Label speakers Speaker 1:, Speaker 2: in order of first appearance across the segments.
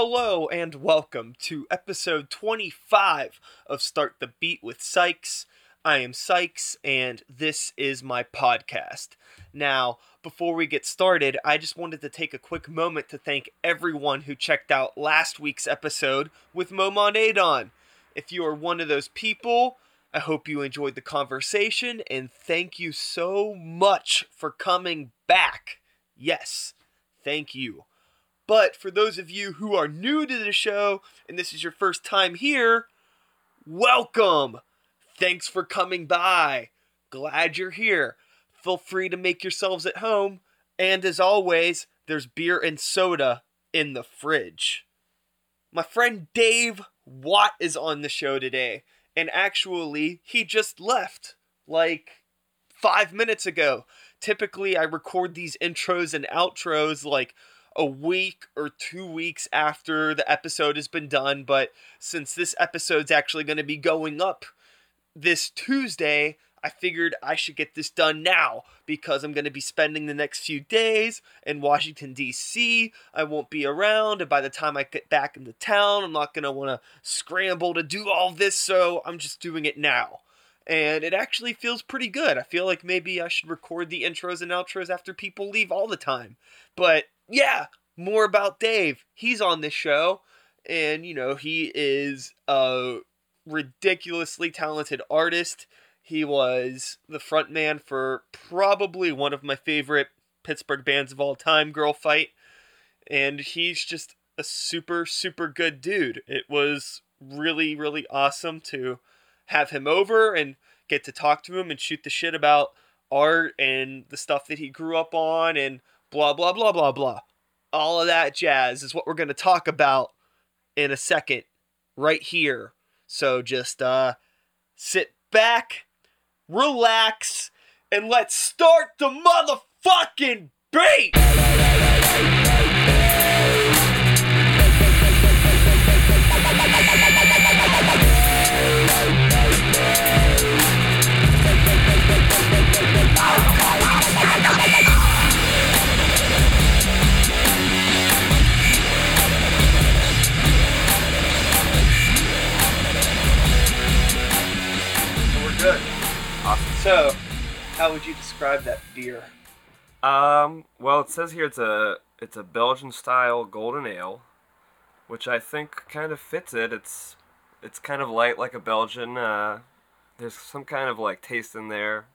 Speaker 1: Hello and welcome to episode 25 of Start the Beat with Sykes. I am Sykes and this is my podcast. Now, before we get started, I just wanted to take a quick moment to thank everyone who checked out last week's episode with Momon Adon. If you are one of those people, I hope you enjoyed the conversation and thank you so much for coming back. Yes, thank you. But for those of you who are new to the show and this is your first time here, welcome. Thanks for coming by. Glad you're here. Feel free to make yourselves at home. And as always, there's beer and soda in the fridge. My friend Dave Watt is on the show today. And actually, he just left like five minutes ago. Typically, I record these intros and outros like a week or two weeks after the episode has been done. But since this episode's actually going to be going up this Tuesday, I figured I should get this done now because I'm going to be spending the next few days in Washington, D.C. I won't be around, and by the time I get back into town, I'm not going to want to scramble to do all this, so I'm just doing it now. And it actually feels pretty good. I feel like maybe I should record the intros and outros after people leave all the time. But yeah, more about Dave. He's on this show, and you know, he is a ridiculously talented artist. He was the frontman for probably one of my favorite Pittsburgh bands of all time, Girl Fight. And he's just a super, super good dude. It was really, really awesome to have him over and get to talk to him and shoot the shit about art and the stuff that he grew up on and blah, blah, blah, blah, blah. All of that jazz is what we're going to talk about in a second, right here. So just uh, sit back, relax, and let's start the motherfucking beat! We're good.
Speaker 2: Awesome.
Speaker 1: So, how would you describe that beer?
Speaker 2: Um, well, it says here it's a it's a Belgian style golden ale, which I think kind of fits it. It's it's kind of light like a Belgian. Uh, there's some kind of like taste in there,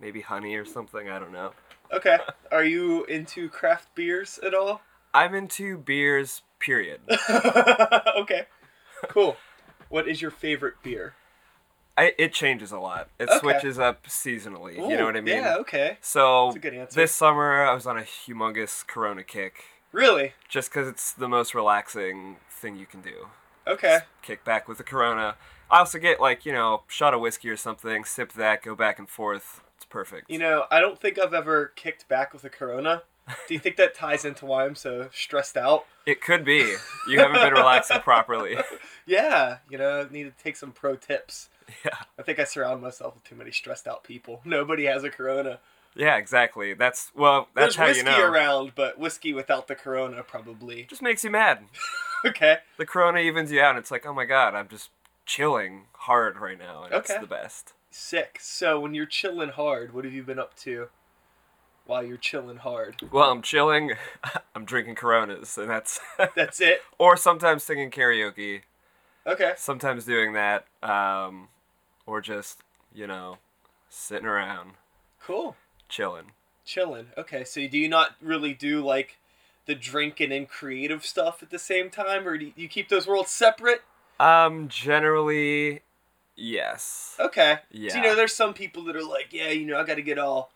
Speaker 2: maybe honey or something. I don't know.
Speaker 1: Okay. Are you into craft beers at all?
Speaker 2: I'm into beers. Period.
Speaker 1: okay. Cool. What is your favorite beer?
Speaker 2: I, it changes a lot. It
Speaker 1: Okay.
Speaker 2: switches up seasonally. you
Speaker 1: Ooh,
Speaker 2: know what I mean?
Speaker 1: Yeah, okay.
Speaker 2: So
Speaker 1: That's a good answer.
Speaker 2: this summer I was on a humongous Corona kick,
Speaker 1: Really?
Speaker 2: just because it's the most relaxing thing you can do.
Speaker 1: Okay.
Speaker 2: kick back with the Corona. I also get like you know shot of whiskey or something, sip that, go back and forth. It's perfect.
Speaker 1: You know, I don't think I've ever kicked back with a Corona. Do you think that ties into why I'm so stressed out?
Speaker 2: it could be you haven't been relaxing properly.
Speaker 1: Yeah, you know, need to take some pro tips.
Speaker 2: Yeah,
Speaker 1: I think I surround myself with too many stressed out people. Nobody has a Corona.
Speaker 2: yeah, exactly. That's well, that's
Speaker 1: There's
Speaker 2: how
Speaker 1: whiskey
Speaker 2: you know.
Speaker 1: around, but whiskey without the Corona probably.
Speaker 2: Just makes you mad.
Speaker 1: Okay.
Speaker 2: The Corona evens you out, and it's like, oh my god, I'm just chilling hard right now, and it's
Speaker 1: Okay.
Speaker 2: the best.
Speaker 1: Sick. So when you're chilling hard, what have you been up to while you're chilling hard?
Speaker 2: Well, I'm chilling. I'm drinking Coronas, and that's
Speaker 1: That's it.
Speaker 2: or sometimes singing karaoke.
Speaker 1: Okay.
Speaker 2: sometimes doing that um, or just you know sitting around
Speaker 1: Cool.
Speaker 2: chilling
Speaker 1: Chilling. Okay. So do you not really do like the drinking and creative stuff at the same time, or do you keep those worlds separate?
Speaker 2: um generally yes
Speaker 1: Okay. So,
Speaker 2: Yeah.
Speaker 1: Uh, you know, there's some people that are like, yeah, you know, I got to get all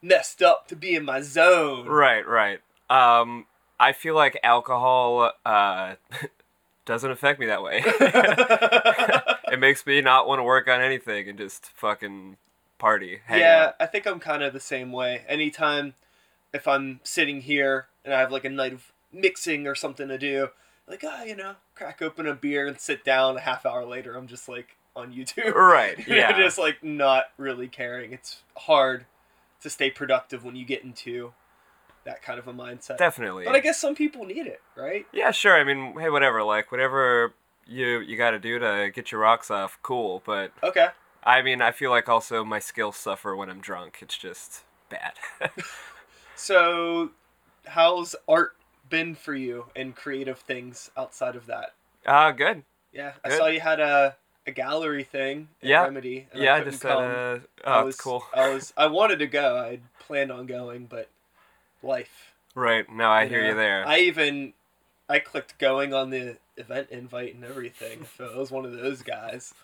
Speaker 1: messed up to be in my zone.
Speaker 2: right right um i feel like alcohol uh doesn't affect me that way it makes me not want to work on anything and just fucking party hang
Speaker 1: yeah,
Speaker 2: out.
Speaker 1: I think I'm kind of the same way. Anytime if I'm sitting here and I have like a night of mixing or something to do, like, ah, you know, crack open a beer and sit down. A half hour later, I'm just like on YouTube.
Speaker 2: right
Speaker 1: You know,
Speaker 2: yeah
Speaker 1: just like not really caring. It's hard to stay productive when you get into that kind of a mindset.
Speaker 2: Definitely.
Speaker 1: But I guess some people need it, right?
Speaker 2: Yeah, sure. I mean, hey, whatever. Like, whatever you you got to do to get your rocks off, cool. But
Speaker 1: Okay.
Speaker 2: I mean, I feel like also my skills suffer when I'm drunk. It's just bad.
Speaker 1: So, how's art been for you and creative things outside of that?
Speaker 2: uh good.
Speaker 1: Yeah, I
Speaker 2: Good.
Speaker 1: saw you had a, a gallery thing at
Speaker 2: Yeah.
Speaker 1: Remedy. and
Speaker 2: yeah, I
Speaker 1: couldn't
Speaker 2: just
Speaker 1: come.
Speaker 2: uh,
Speaker 1: I
Speaker 2: oh,
Speaker 1: was,
Speaker 2: cool.
Speaker 1: I was I wanted to go. I had planned on going, but life.
Speaker 2: Right. No, I hear
Speaker 1: know?
Speaker 2: you there.
Speaker 1: uh, I even I clicked going on the event invite and everything. So I was one of those guys.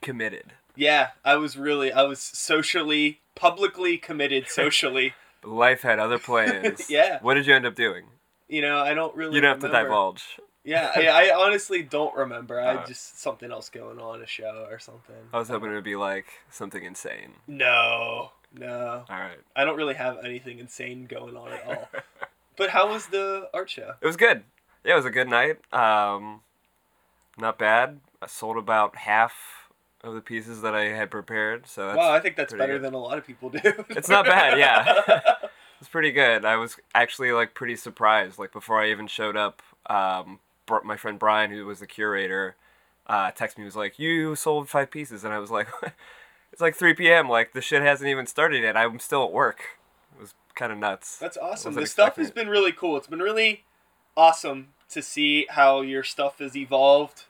Speaker 2: Committed.
Speaker 1: Yeah, I was really I was socially publicly committed socially.
Speaker 2: Life had other plans.
Speaker 1: Yeah.
Speaker 2: What did you end up doing?
Speaker 1: you know, I don't really
Speaker 2: You don't have to
Speaker 1: remember.
Speaker 2: divulge.
Speaker 1: Yeah, I, I honestly don't remember. I
Speaker 2: Uh. Oh.
Speaker 1: just something else going on, a show or something.
Speaker 2: I was hoping it would be like something insane.
Speaker 1: No, no,
Speaker 2: All right.
Speaker 1: I don't really have anything insane going on at all. but how was the art show?
Speaker 2: It was good. Yeah, it was a good night. Um, not bad. I sold about half of the pieces that I had prepared, so that's
Speaker 1: wow, I think that's
Speaker 2: pretty
Speaker 1: better
Speaker 2: good.
Speaker 1: than a lot of people do.
Speaker 2: It's not bad, yeah. it's pretty good. I was actually like pretty surprised. Like before I even showed up, um, br- my friend Brian, who was the curator, uh, texted me was like, "You sold five pieces," and I was like, "It's like 3 p.m. Like the shit hasn't even started yet. I'm still at work." It was kind of nuts.
Speaker 1: That's awesome.
Speaker 2: Wasn't
Speaker 1: The stuff
Speaker 2: expecting
Speaker 1: has
Speaker 2: it.
Speaker 1: been really cool. It's been really awesome to see how your stuff has evolved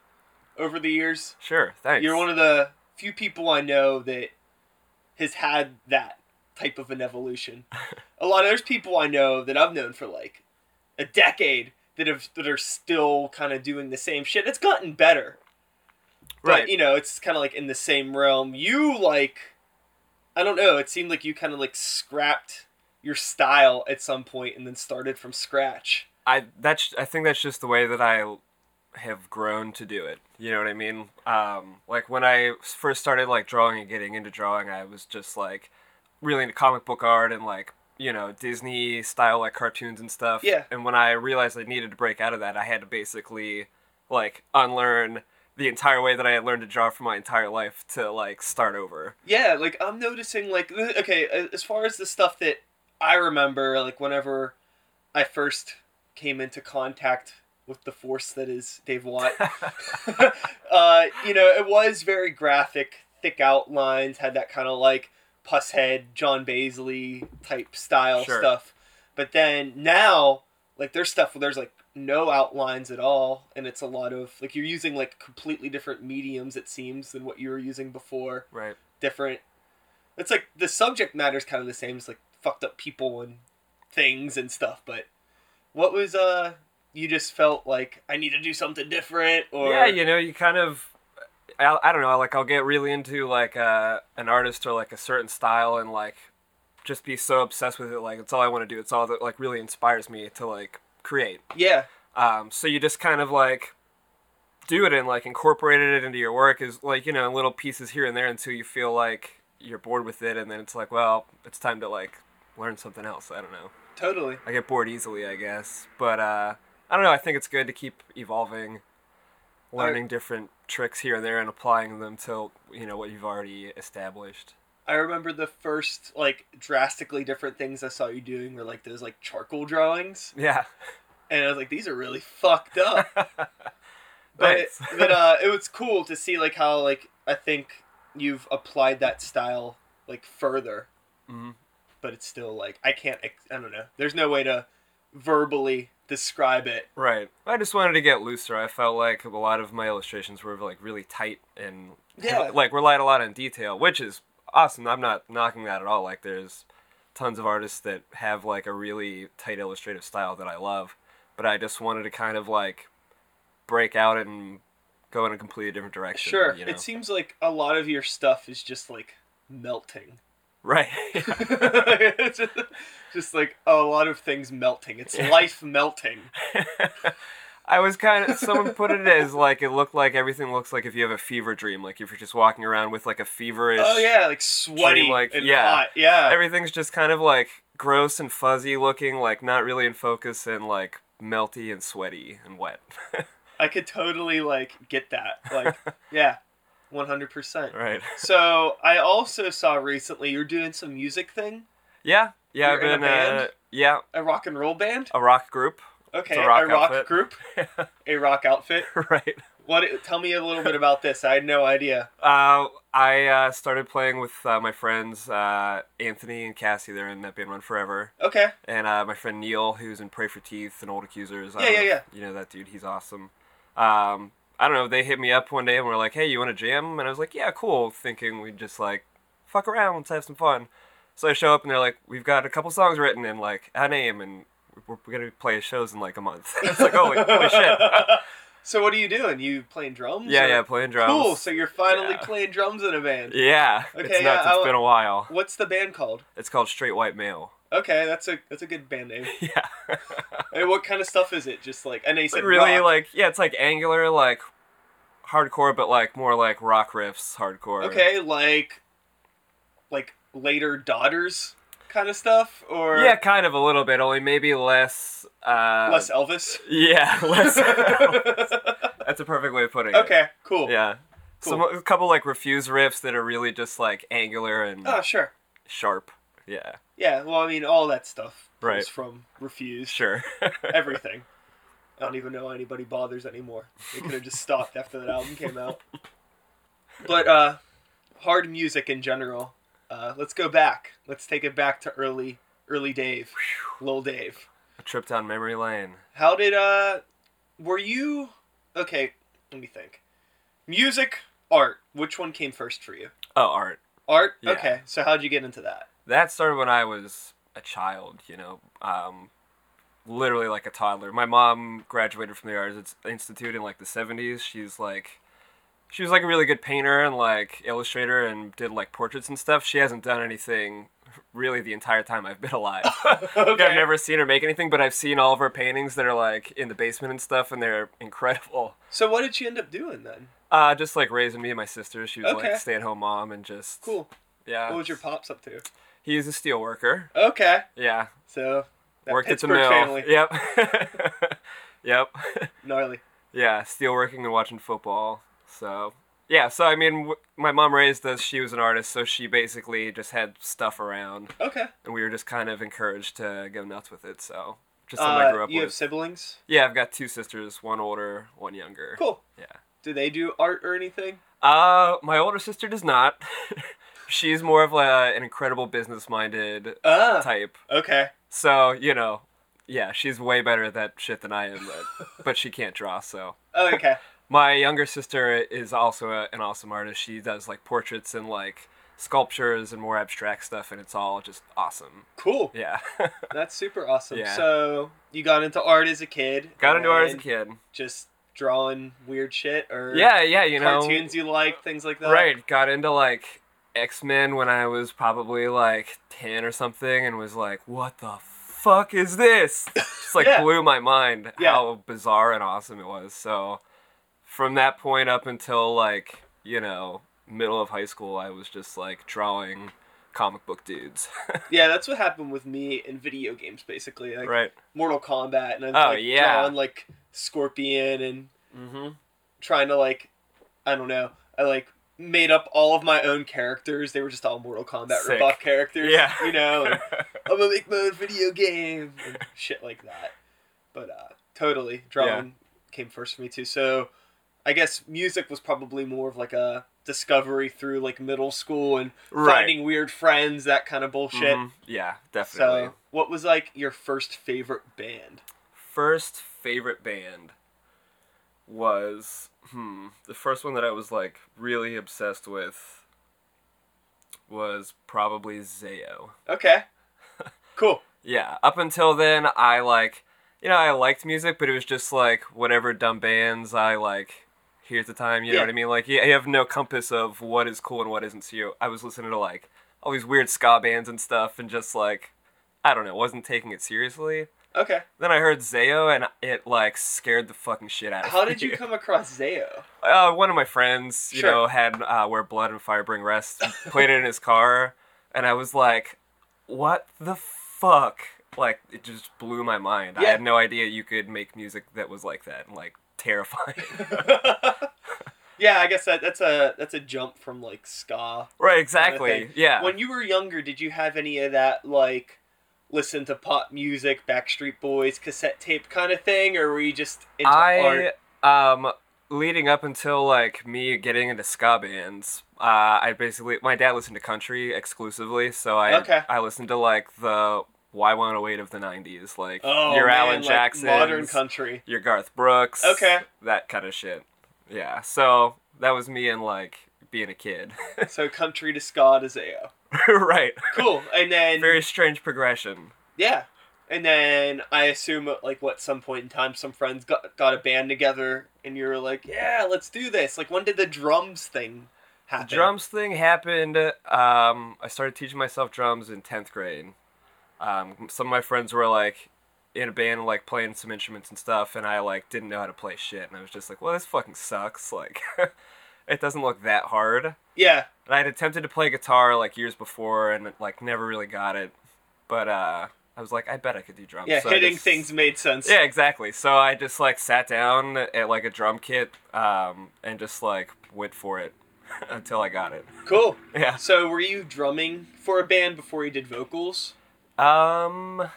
Speaker 1: over the years.
Speaker 2: Sure, thanks.
Speaker 1: You're one of the few people I know that has had that type of an evolution. a lot of there's people I know that I've known for like a decade that have that are still kind of doing the same shit. It's gotten better,
Speaker 2: right.
Speaker 1: But you know, it's kind of like in the same realm. You like, I don't know. It seemed like you kind of like scrapped your style at some point and then started from scratch.
Speaker 2: I that's I think that's just the way that I have grown to do it. You know what I mean? Um, like when I first started like drawing and getting into drawing, I was just like really into comic book art and like you know Disney style like cartoons and stuff.
Speaker 1: Yeah.
Speaker 2: And when I realized I needed to break out of that, I had to basically like unlearn the entire way that I had learned to draw for my entire life to like start over.
Speaker 1: Yeah, like I'm noticing like th- okay, a- as far as the stuff that I remember, like whenever I first came into contact with the force that is Dave Watt, uh, you know, it was very graphic, thick outlines, had that kind of like puss head, John Baisley type style
Speaker 2: Sure.
Speaker 1: stuff. But then now, like there's stuff where there's like no outlines at all, and it's a lot of like you're using like completely different mediums it seems than what you were using before
Speaker 2: right.
Speaker 1: different. It's like the subject matter's kind of the same. It's like fucked up people and things and stuff. But what was uh, you just felt like I need to do something different or
Speaker 2: yeah you know you kind of I, I don't know like i'll get really into like uh, an artist or like a certain style and like just be so obsessed with it like it's all i want to do it's all that like really inspires me to like create
Speaker 1: yeah,
Speaker 2: um, so you just kind of like do it and like incorporated it into your work is like you know little pieces here and there until you feel like you're bored with it and then it's like well it's time to like learn something else i don't know
Speaker 1: totally.
Speaker 2: I get bored easily, I guess. But uh, I don't know. I think it's good to keep evolving, learning different tricks here and there, and applying them to you know what you've already established.
Speaker 1: I remember the first like drastically different things I saw you doing were like those like charcoal drawings,
Speaker 2: Yeah.
Speaker 1: and I was like, these are really fucked up. but it,
Speaker 2: Thanks.
Speaker 1: but uh, it was cool to see like how like I think you've applied that style like further
Speaker 2: Mhm.
Speaker 1: but it's still like I can't. ex- I don't know. There's no way to verbally describe it.
Speaker 2: Right. I just wanted to get looser. I felt like a lot of my illustrations were like really tight and
Speaker 1: Yeah.
Speaker 2: like relied a lot on detail, which is awesome. I'm not knocking that at all. Like there's tons of artists that have like a really tight illustrative style that I love, but I just wanted to kind of like break out and go in a completely different direction.
Speaker 1: Sure,
Speaker 2: You know?
Speaker 1: it seems like a lot of your stuff is just like melting.
Speaker 2: right.
Speaker 1: It's just, just, like a lot of things melting. It's life melting.
Speaker 2: I was kind of. Someone put it as like it looked like everything looks like if you have a fever dream, like if you're just walking around with like a feverish.
Speaker 1: Oh yeah, like sweaty
Speaker 2: like-
Speaker 1: and
Speaker 2: yeah.
Speaker 1: hot. Yeah,
Speaker 2: everything's just kind of like gross and fuzzy looking, like not really in focus and like melty and sweaty and wet.
Speaker 1: I could totally like get that. Like yeah, one hundred percent.
Speaker 2: right.
Speaker 1: So I also saw recently you're doing some music thing.
Speaker 2: Yeah. Yeah,
Speaker 1: You're
Speaker 2: I've
Speaker 1: in a
Speaker 2: been. Uh,
Speaker 1: band?
Speaker 2: yeah,
Speaker 1: A rock and roll band?
Speaker 2: a rock group.
Speaker 1: Okay,
Speaker 2: it's a rock
Speaker 1: a rock
Speaker 2: outfit.
Speaker 1: group, a rock outfit.
Speaker 2: right.
Speaker 1: What? Tell me a little bit about this. I had no idea.
Speaker 2: Uh, I uh, started playing with uh, my friends uh, Anthony and Cassie. They're in that band Run Forever,
Speaker 1: Okay,
Speaker 2: and uh, my friend Neil, who's in Pray for Teeth and Old Accusers. I
Speaker 1: Yeah,
Speaker 2: don't know
Speaker 1: yeah,
Speaker 2: if You know that dude? He's awesome. Um, I don't know. They hit me up one day and were like, "Hey, you want to jam?" And I was like, "Yeah, cool." Thinking we'd just like fuck around, let's have some fun. So I show up and they're like, "We've got a couple songs written and like a name, and we're, we're gonna play shows in like a month." it's like, "Holy, holy shit!"
Speaker 1: so what are you doing? You playing drums?
Speaker 2: yeah,
Speaker 1: or-
Speaker 2: yeah, playing drums.
Speaker 1: Cool. So you're finally
Speaker 2: Yeah.
Speaker 1: playing drums in a band.
Speaker 2: Yeah,
Speaker 1: Okay,
Speaker 2: it's
Speaker 1: yeah,
Speaker 2: nuts.
Speaker 1: I
Speaker 2: It's
Speaker 1: wa-
Speaker 2: been a while.
Speaker 1: What's the band called?
Speaker 2: It's called Straight White Male.
Speaker 1: Okay, that's a that's a good band name.
Speaker 2: Yeah,
Speaker 1: And what kind of stuff is it? Just like I know you said
Speaker 2: really
Speaker 1: rock.
Speaker 2: like yeah, it's like angular, like hardcore, but like more like rock riffs, hardcore.
Speaker 1: okay, like like later daughters kind of stuff, or
Speaker 2: Yeah, kind of a little bit, only maybe less. Uh,
Speaker 1: less Elvis.
Speaker 2: Yeah, less. That's a perfect way of putting it.
Speaker 1: okay, cool.
Speaker 2: Yeah.
Speaker 1: Cool.
Speaker 2: Some a couple like refuse riffs that are really just like angular and
Speaker 1: Oh sure.
Speaker 2: sharp. Yeah,
Speaker 1: Yeah. Well, I mean, all that stuff comes
Speaker 2: Right.
Speaker 1: from Refuse.
Speaker 2: sure.
Speaker 1: Everything. I don't even know anybody bothers anymore. They could have just stopped after that album came out. But uh, hard music in general. Uh, let's go back. Let's take it back to early, early Dave, Lil Dave.
Speaker 2: a trip down memory lane.
Speaker 1: How did uh were you okay, let me think. Music, art, which one came first for you?
Speaker 2: Oh, art.
Speaker 1: Art?
Speaker 2: Yeah.
Speaker 1: Okay. So how'd you get into that?
Speaker 2: that started when I was a child, you know, um, literally like a toddler. My mom graduated from the Arts Institute in like the 70s. She's like, she was like a really good painter and like illustrator and did like portraits and stuff. She hasn't done anything really the entire time I've been alive. Like, I've never seen her make anything, but I've seen all of her paintings that are like in the basement and stuff, and they're incredible.
Speaker 1: So what did she end up doing then?
Speaker 2: Uh, just like raising me and my sister. She was
Speaker 1: Okay.
Speaker 2: like stay at home mom and just
Speaker 1: Cool.
Speaker 2: Yeah,
Speaker 1: What was your pops up to?
Speaker 2: he's a steel worker.
Speaker 1: Okay.
Speaker 2: Yeah,
Speaker 1: So that
Speaker 2: worked
Speaker 1: Pittsburgh
Speaker 2: at the mill.
Speaker 1: family.
Speaker 2: Yep. yep.
Speaker 1: Gnarly.
Speaker 2: yeah, still working and watching football. So, yeah, so I mean, w- my mom raised us. She was an artist, so she basically just had stuff around,
Speaker 1: Okay.
Speaker 2: and we were just kind of encouraged to go nuts with it. So, just something I grew
Speaker 1: Uh,
Speaker 2: up
Speaker 1: you have
Speaker 2: with.
Speaker 1: siblings?
Speaker 2: Yeah, I've got two sisters, one older, one younger.
Speaker 1: Cool.
Speaker 2: Yeah.
Speaker 1: Do they do art or anything?
Speaker 2: Uh, my older sister does not. She's more of a, an incredible business minded
Speaker 1: Ah.
Speaker 2: type.
Speaker 1: Okay.
Speaker 2: So, you know, yeah, she's way better at that shit than I am, but, but she can't draw, so.
Speaker 1: Oh, okay.
Speaker 2: My younger sister is also a, an awesome artist. She does like portraits and like sculptures and more abstract stuff, and it's all just awesome.
Speaker 1: Cool.
Speaker 2: Yeah.
Speaker 1: That's super awesome.
Speaker 2: Yeah.
Speaker 1: So you got into art as a kid.
Speaker 2: Got into art as a
Speaker 1: and
Speaker 2: kid.
Speaker 1: Just drawing weird shit or
Speaker 2: Yeah, yeah, you know.
Speaker 1: cartoons you like, things like that.
Speaker 2: Right. Got into like X Men when I was probably like 10 or something and was like, what the fuck is this? Just like
Speaker 1: Yeah.
Speaker 2: blew my mind
Speaker 1: Yeah.
Speaker 2: how bizarre and awesome it was. So from that point up until like, you know, middle of high school, I was just like drawing comic book dudes.
Speaker 1: Yeah, that's what happened with me in video games, basically. Like
Speaker 2: right.
Speaker 1: Mortal Kombat, and I was
Speaker 2: Oh,
Speaker 1: like
Speaker 2: yeah.
Speaker 1: drawing like Scorpion and
Speaker 2: Mm-hmm.
Speaker 1: trying to like, I don't know, I like made up all of my own characters. They were just all Mortal Kombat
Speaker 2: Sick.
Speaker 1: ripoff characters.
Speaker 2: Yeah.
Speaker 1: you know, and I'm gonna make my own video game and shit like that. But uh, totally, drawing came first for me too. So I guess music was probably more of like a discovery through like middle school and
Speaker 2: Right.
Speaker 1: finding weird friends, that kind of bullshit.
Speaker 2: Mhm. Yeah, definitely.
Speaker 1: So, what was like your first favorite band?
Speaker 2: first favorite band was hmm the first one that I was like really obsessed with was probably Zayo.
Speaker 1: Okay, cool.
Speaker 2: Yeah, up until then I like you know, I liked music, but it was just like whatever dumb bands I like here at the time, you know
Speaker 1: Yeah.
Speaker 2: what I mean? Like you you have no compass of what is cool and what isn't. So you, I was listening to like all these weird ska bands and stuff and just like I don't know, wasn't taking it seriously.
Speaker 1: Okay,
Speaker 2: Then I heard Zayo, and it like scared the fucking shit out of me.
Speaker 1: how did you come across Zayo?
Speaker 2: Uh, one of my friends, you
Speaker 1: Sure.
Speaker 2: know, had uh, "Where Blood and Fire Bring Rest" played it in his car, and I was like, "What the fuck?" Like it just blew my mind. I
Speaker 1: Yeah.
Speaker 2: had no idea you could make music that was like that and like terrifying.
Speaker 1: yeah, I guess that that's a that's a jump from like ska.
Speaker 2: right?
Speaker 1: kinda
Speaker 2: Exactly.
Speaker 1: thing.
Speaker 2: Yeah.
Speaker 1: When you were younger, did you have any of that like listen to pop music, Backstreet Boys, cassette tape kind of thing, or were you just into
Speaker 2: I
Speaker 1: art?
Speaker 2: um leading up until like me getting into ska bands, uh, I basically my dad listened to country exclusively, so I
Speaker 1: Okay.
Speaker 2: I listened to like the Y108 of the '90s, like
Speaker 1: Oh,
Speaker 2: your
Speaker 1: man,
Speaker 2: Alan
Speaker 1: like
Speaker 2: Jackson,
Speaker 1: modern country.
Speaker 2: your Garth Brooks,
Speaker 1: Okay.
Speaker 2: that kind of shit. Yeah, so that was me and like being a kid,
Speaker 1: So country to ska to Zayo.
Speaker 2: right?
Speaker 1: Cool. And then
Speaker 2: Very strange progression.
Speaker 1: yeah, and then I assume at, like what some point in time some friends got got a band together, and you were like, yeah, let's do this. Like when did the drums thing happen?
Speaker 2: drums thing happened. Um, I started teaching myself drums in tenth grade. Um, some of my friends were like in a band, like playing some instruments and stuff, and I like didn't know how to play shit, and I was just like, "Well, this fucking sucks. Like, it doesn't look that hard." And
Speaker 1: Yeah.
Speaker 2: I had attempted to play guitar like years before, and like never really got it. But uh, I was like, "I bet I could do drums."
Speaker 1: Yeah,
Speaker 2: So I
Speaker 1: hitting
Speaker 2: just-
Speaker 1: things made sense.
Speaker 2: yeah, exactly. So I just like sat down at like a drum kit um, and just like went for it until I got it.
Speaker 1: Cool.
Speaker 2: Yeah.
Speaker 1: So were you drumming for a band before you did vocals?
Speaker 2: Um,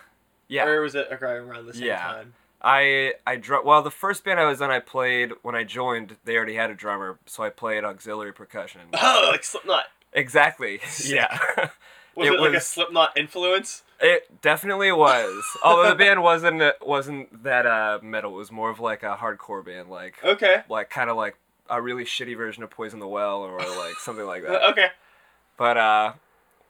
Speaker 2: yeah,
Speaker 1: Or was it okay, around the same
Speaker 2: Yeah.
Speaker 1: time?
Speaker 2: I I drum. Well, the first band I was in, I played when I joined. They already had a drummer, so I played auxiliary percussion.
Speaker 1: Oh, like Slipknot.
Speaker 2: exactly. Yeah,
Speaker 1: Was it,
Speaker 2: It
Speaker 1: like a
Speaker 2: was-
Speaker 1: Slipknot influence?
Speaker 2: it definitely was. Although the band wasn't wasn't that uh metal. It was more of like a hardcore band, like
Speaker 1: Okay.
Speaker 2: like kind of like a really shitty version of Poison the Well or like something like that.
Speaker 1: Uh, Okay.
Speaker 2: But uh,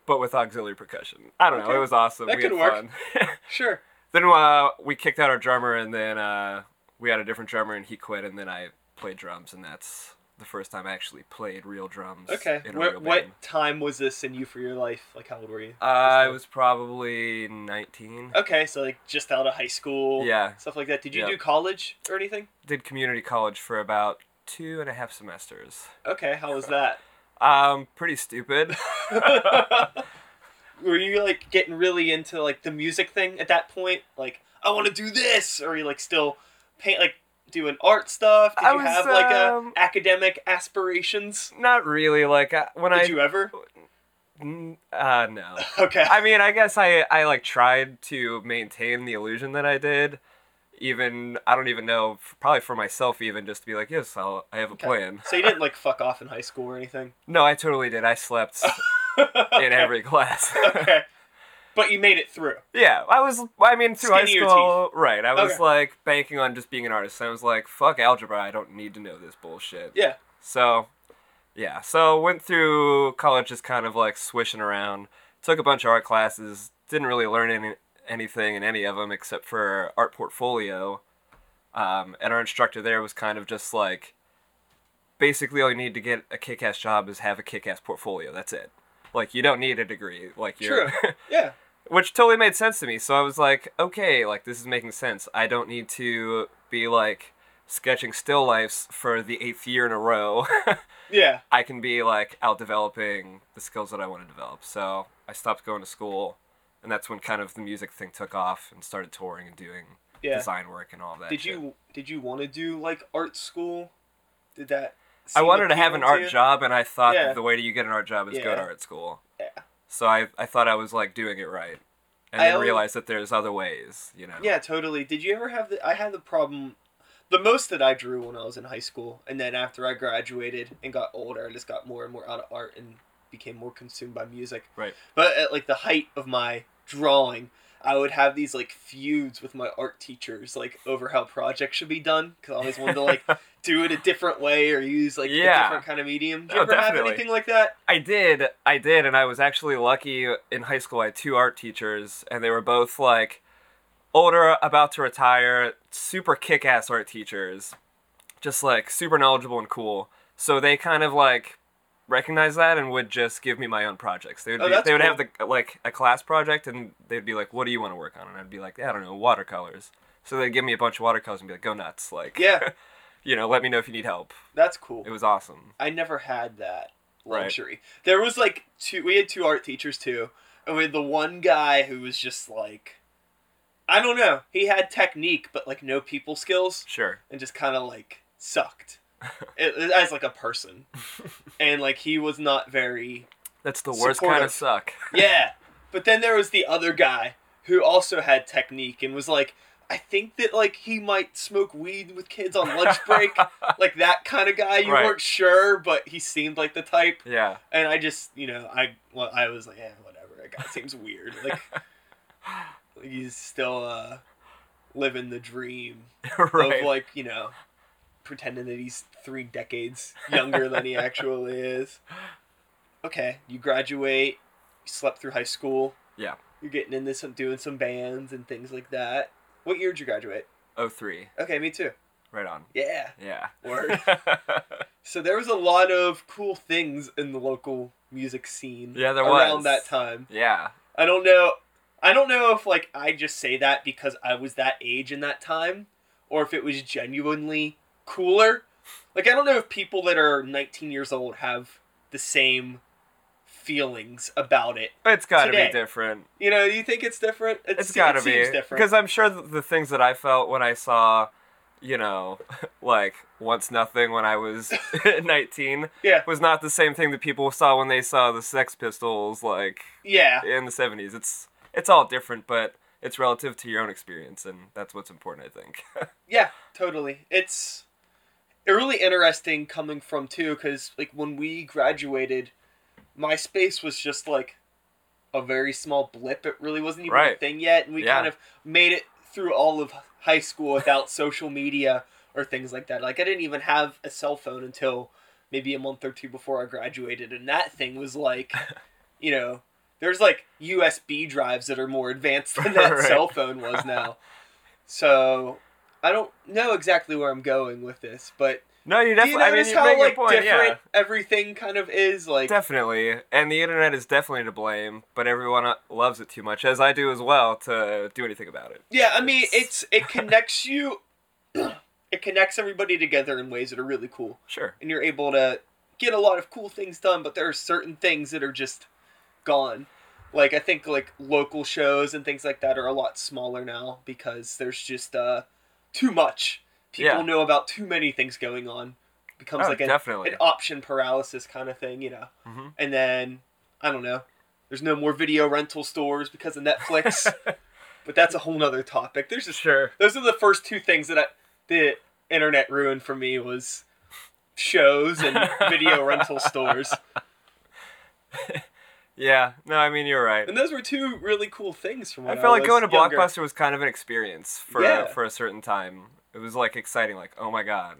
Speaker 2: but with auxiliary percussion. I don't know.
Speaker 1: Okay.
Speaker 2: It was awesome.
Speaker 1: That
Speaker 2: we
Speaker 1: could
Speaker 2: had
Speaker 1: work.
Speaker 2: fun.
Speaker 1: Sure.
Speaker 2: then uh, we kicked out our drummer, and then uh, we had a different drummer, and he quit, and then I played drums, and that's the first time I actually played real drums.
Speaker 1: Okay.
Speaker 2: In a
Speaker 1: What,
Speaker 2: real
Speaker 1: what
Speaker 2: band.
Speaker 1: time was this in you for your life? Like, how old were you?
Speaker 2: Uh, I was probably nineteen.
Speaker 1: Okay, so like just out of high school.
Speaker 2: Yeah.
Speaker 1: Stuff like that. Did you
Speaker 2: Yeah.
Speaker 1: do college or anything?
Speaker 2: Did community college for about two and a half semesters.
Speaker 1: Okay, how was that?
Speaker 2: Um, pretty stupid.
Speaker 1: were you like getting really into like the music thing at that point? Like, I want to do this, or you like still paint like doing art stuff? Did
Speaker 2: I
Speaker 1: you
Speaker 2: was,
Speaker 1: have like
Speaker 2: um,
Speaker 1: a academic aspirations?
Speaker 2: Not really. Like I, when
Speaker 1: Did
Speaker 2: I
Speaker 1: you ever?
Speaker 2: Mm, uh no.
Speaker 1: Okay.
Speaker 2: I mean, I guess I I like tried to maintain the illusion that I did. Even I don't even know, f- probably for myself, even just to be like, yes, I'll, I have a
Speaker 1: Okay.
Speaker 2: plan.
Speaker 1: so you didn't like fuck off in high school or anything.
Speaker 2: No, I totally did. I slept in every class.
Speaker 1: okay. But you made it through.
Speaker 2: yeah, I was. I mean, through high
Speaker 1: Skin to your
Speaker 2: school, right? I was
Speaker 1: Okay.
Speaker 2: like banking on just being an artist. I was like, fuck algebra. I don't need to know this bullshit.
Speaker 1: Yeah.
Speaker 2: So, yeah. So went through college just kind of like swishing around. Took a bunch of art classes. Didn't really learn any, anything in any of them except for art portfolio. Um, and our instructor there was kind of just like, basically, all you need to get a kick-ass job is have a kick-ass portfolio. That's it. Like you don't need a degree. Like you're.
Speaker 1: True. Yeah.
Speaker 2: which totally made sense to me. So I was like, okay, like this is making sense. I don't need to be like sketching still lifes for the eighth year in a row.
Speaker 1: Yeah.
Speaker 2: I can be like out developing the skills that I want to develop. So I stopped going to school, and that's when kind of the music thing took off and started touring and doing
Speaker 1: Yeah.
Speaker 2: design work and all that.
Speaker 1: Did
Speaker 2: shit.
Speaker 1: you did you want to do like art school? Did that?
Speaker 2: I
Speaker 1: seem
Speaker 2: wanted to have an
Speaker 1: appealing
Speaker 2: art
Speaker 1: to you?
Speaker 2: job, and I thought
Speaker 1: Yeah.
Speaker 2: that the way to you get an art job is go to
Speaker 1: Yeah.
Speaker 2: art school.
Speaker 1: Yeah.
Speaker 2: So I I thought I was like doing it right, and
Speaker 1: I
Speaker 2: then
Speaker 1: always-
Speaker 2: realized that there's other ways. You know.
Speaker 1: Yeah, totally. Did you ever have the? I had the problem. The most that I drew when I was in high school, and then after I graduated and got older, I just got more and more out of art and became more consumed by music.
Speaker 2: Right.
Speaker 1: But at like the height of my drawing, I would have these like feuds with my art teachers, like over how projects should be done, because I always wanted to like do it a different way or use like a
Speaker 2: Yeah.
Speaker 1: different kind of medium. Did you
Speaker 2: Oh,
Speaker 1: ever have
Speaker 2: definitely.
Speaker 1: anything like that?
Speaker 2: I did, I did, and I was actually lucky in high school. I had two art teachers, and they were both like older, about to retire, super kick ass art teachers, just like super knowledgeable and cool. So they kind of like recognized that and would just give me my own projects. They would,
Speaker 1: Oh,
Speaker 2: be,
Speaker 1: that's
Speaker 2: they would
Speaker 1: cool.
Speaker 2: have the like a class project, and they'd be like, "What do you want to work on?" And I'd be like, "I don't know, watercolors." So they'd give me a bunch of watercolors and be like, "Go nuts!" Like,
Speaker 1: Yeah.
Speaker 2: you know, let me know if you need help.
Speaker 1: That's cool.
Speaker 2: It was awesome.
Speaker 1: I never had that
Speaker 2: Right.
Speaker 1: luxury. There was like two. We had two art teachers too, and we had the one guy who was just like, I don't know. He had technique, but like no people skills,
Speaker 2: Sure.
Speaker 1: and just kind of like sucked It- it- as like a person. and like he was not very
Speaker 2: That's the worst
Speaker 1: Supportive.
Speaker 2: kind of suck.
Speaker 1: yeah. But then there was the other guy who also had technique and was like, I think that like he might smoke weed with kids on lunch break, like that kind of guy. You
Speaker 2: Right.
Speaker 1: weren't sure, but he seemed like the type.
Speaker 2: yeah.
Speaker 1: And I just, you know, I well, I was like, yeah, whatever. That guy seems weird. Like he's still uh, living the dream
Speaker 2: right.
Speaker 1: of like you know pretending that he's three decades younger than he actually is okay you graduate you slept through high school
Speaker 2: Yeah.
Speaker 1: you're getting into some doing some bands and things like that what year did you graduate
Speaker 2: oh three.
Speaker 1: okay me too
Speaker 2: Right on.
Speaker 1: yeah
Speaker 2: Yeah.
Speaker 1: Word. so there was a lot of cool things in the local music scene
Speaker 2: Yeah, there
Speaker 1: around
Speaker 2: was.
Speaker 1: that time
Speaker 2: yeah.
Speaker 1: I don't know. I don't know if like I just say that because I was that age in that time, or if it was genuinely cooler. Like I don't know if people that are 19 years old have the same feelings about it.
Speaker 2: It's got to
Speaker 1: Today.
Speaker 2: be different.
Speaker 1: You know, do you think it's different? It
Speaker 2: It's
Speaker 1: se-
Speaker 2: got to
Speaker 1: it
Speaker 2: be
Speaker 1: seems different.
Speaker 2: because I'm sure th- the things that I felt when I saw, you know, like once nothing when I was 19
Speaker 1: yeah,
Speaker 2: was not the same thing that people saw when they saw the Sex Pistols like
Speaker 1: yeah,
Speaker 2: in the 70s. It's it's all different, but it's relative to your own experience, and that's what's important, I think.
Speaker 1: yeah, totally. It's really interesting coming from too, because like when we graduated, MySpace was just like a very small blip. It really wasn't even a
Speaker 2: Right.
Speaker 1: thing yet, and we
Speaker 2: Yeah.
Speaker 1: kind of made it through all of high school without social media or things like that. Like I didn't even have a cell phone until maybe a month or two before I graduated, and that thing was like, you know, there's like USB drives that are more advanced than that
Speaker 2: Right.
Speaker 1: cell phone was now. So I don't know exactly where I'm going with this, but
Speaker 2: no, you definitely.
Speaker 1: do you
Speaker 2: I mean,
Speaker 1: notice
Speaker 2: you
Speaker 1: how
Speaker 2: make
Speaker 1: like
Speaker 2: your point.
Speaker 1: different
Speaker 2: Yeah,
Speaker 1: everything kind of is? Like,
Speaker 2: definitely. And the internet is definitely to blame, but everyone uh, loves it too much, as I do as well, to do anything about it.
Speaker 1: yeah, I mean, it's it connects you, it connects everybody together in ways that are really cool,
Speaker 2: Sure.
Speaker 1: and you're able to get a lot of cool things done. But there are certain things that are just gone. Like I think like local shows and things like that are a lot smaller now because there's just uh too much. People
Speaker 2: Yeah.
Speaker 1: know about too many things going on. Becomes
Speaker 2: Oh,
Speaker 1: like an
Speaker 2: definitely.
Speaker 1: an option paralysis kind of thing, you know.
Speaker 2: Mhm.
Speaker 1: And then I don't know. There's no more video rental stores because of Netflix, but that's a whole nother topic. There's just
Speaker 2: sure.
Speaker 1: those are the first two things that I, the internet ruined for me was shows and video rental stores,
Speaker 2: Yeah. No, I mean you're right.
Speaker 1: and those were two really cool things from
Speaker 2: I
Speaker 1: when I,
Speaker 2: felt like going to
Speaker 1: was younger.
Speaker 2: Blockbuster was kind of an experience for
Speaker 1: Yeah.
Speaker 2: for a certain time. It was like exciting, like oh my god.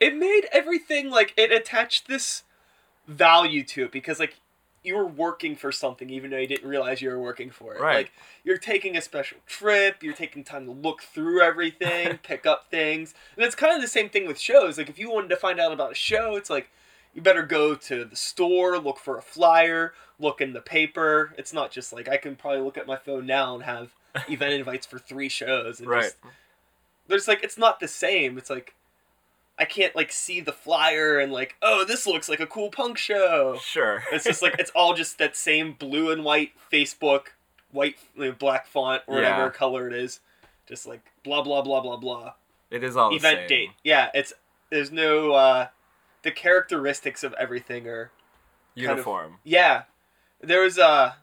Speaker 1: It made everything like it attached this value to it because like you were working for something even though you didn't realize you were working for it.
Speaker 2: Right.
Speaker 1: Like you're taking a special trip, you're taking time to look through everything, pick up things. And it's kind of the same thing with shows. Like if you wanted to find out about a show, it's like you better go to the store, look for a flyer, look in the paper. It's not just like I can probably look at my phone now and have event invites for three shows and
Speaker 2: Right.
Speaker 1: just there's like it's not the same. It's like I can't like see the flyer and like oh this looks like a cool punk show.
Speaker 2: Sure.
Speaker 1: It's just like it's all just that same blue and white Facebook, white you know, black font or whatever
Speaker 2: Yeah.
Speaker 1: color it is, just like blah blah blah blah blah.
Speaker 2: it is all the
Speaker 1: Event
Speaker 2: same.
Speaker 1: date. Yeah, it's there's no uh, the characteristics of everything are of-
Speaker 2: Uniform.
Speaker 1: yeah. There was uh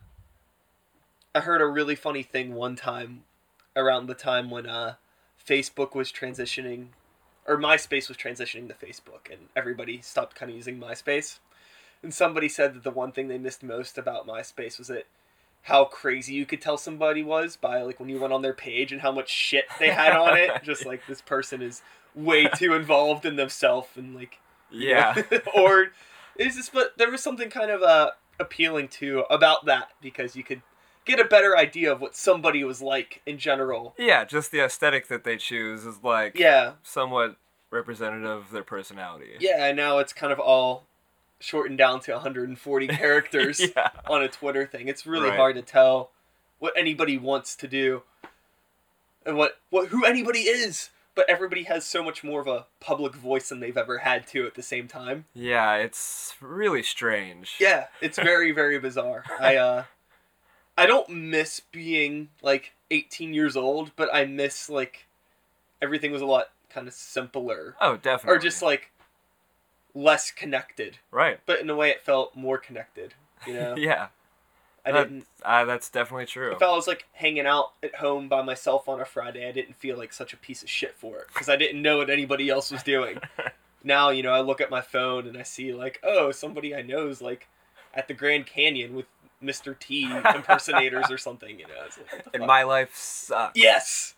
Speaker 1: I heard a really funny thing one time around the time when uh Facebook was transitioning or MySpace was transitioning to Facebook and everybody stopped kind of using MySpace. And somebody said that the one thing they missed most about MySpace was that how crazy you could tell somebody was by like when you went on their page and how much shit they had on it. Just like this person is way too involved in themselves and like
Speaker 2: Yeah.
Speaker 1: or is this but there was something kind of uh appealing to about that because you could get a better idea of what somebody was like in general
Speaker 2: yeah. Just the aesthetic that they choose is like
Speaker 1: yeah
Speaker 2: somewhat representative of their personality.
Speaker 1: yeah and now it's kind of all shortened down to 140 characters
Speaker 2: yeah.
Speaker 1: on a twitter thing it's really
Speaker 2: Right.
Speaker 1: hard to tell what anybody wants to do and what, what who anybody is but everybody has so much more of a public voice than they've ever had to at the same time
Speaker 2: Yeah, It's really strange.
Speaker 1: Yeah, it's very very bizarre. I uh I don't miss being like 18 years old, but I miss like everything was a lot kind of simpler
Speaker 2: Oh, definitely.
Speaker 1: or just like less connected.
Speaker 2: right.
Speaker 1: But in a way it felt more connected, you know.
Speaker 2: Yeah.
Speaker 1: I
Speaker 2: That-
Speaker 1: didn't.
Speaker 2: Uh, that's definitely true.
Speaker 1: If I was like hanging out at home by myself on a Friday, I didn't feel like such a piece of shit for it because I didn't know what anybody else was doing. now you know I look at my phone and I see like oh somebody I know is like at the Grand Canyon with Mr. T impersonators or something. You know. It's like, what the
Speaker 2: and
Speaker 1: fuck?
Speaker 2: my life
Speaker 1: E
Speaker 2: sucks.
Speaker 1: yes,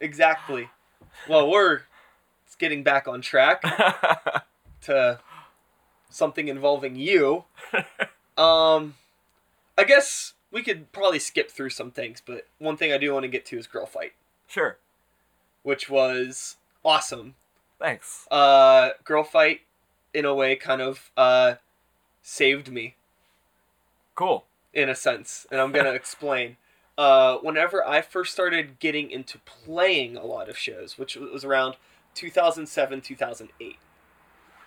Speaker 1: exactly. Well, we're it's getting back on track to something involving you. Um, I guess we could probably skip through some things, but one thing I do want to get to is Girl Fight,
Speaker 2: sure.
Speaker 1: which was awesome.
Speaker 2: Thanks.
Speaker 1: Uh, Girl Fight, in a way, kind of uh, saved me
Speaker 2: Cool.
Speaker 1: in a sense, and I'm gonna explain. Uh, whenever I first started getting into playing a lot of shows, which was around 2007, 2008,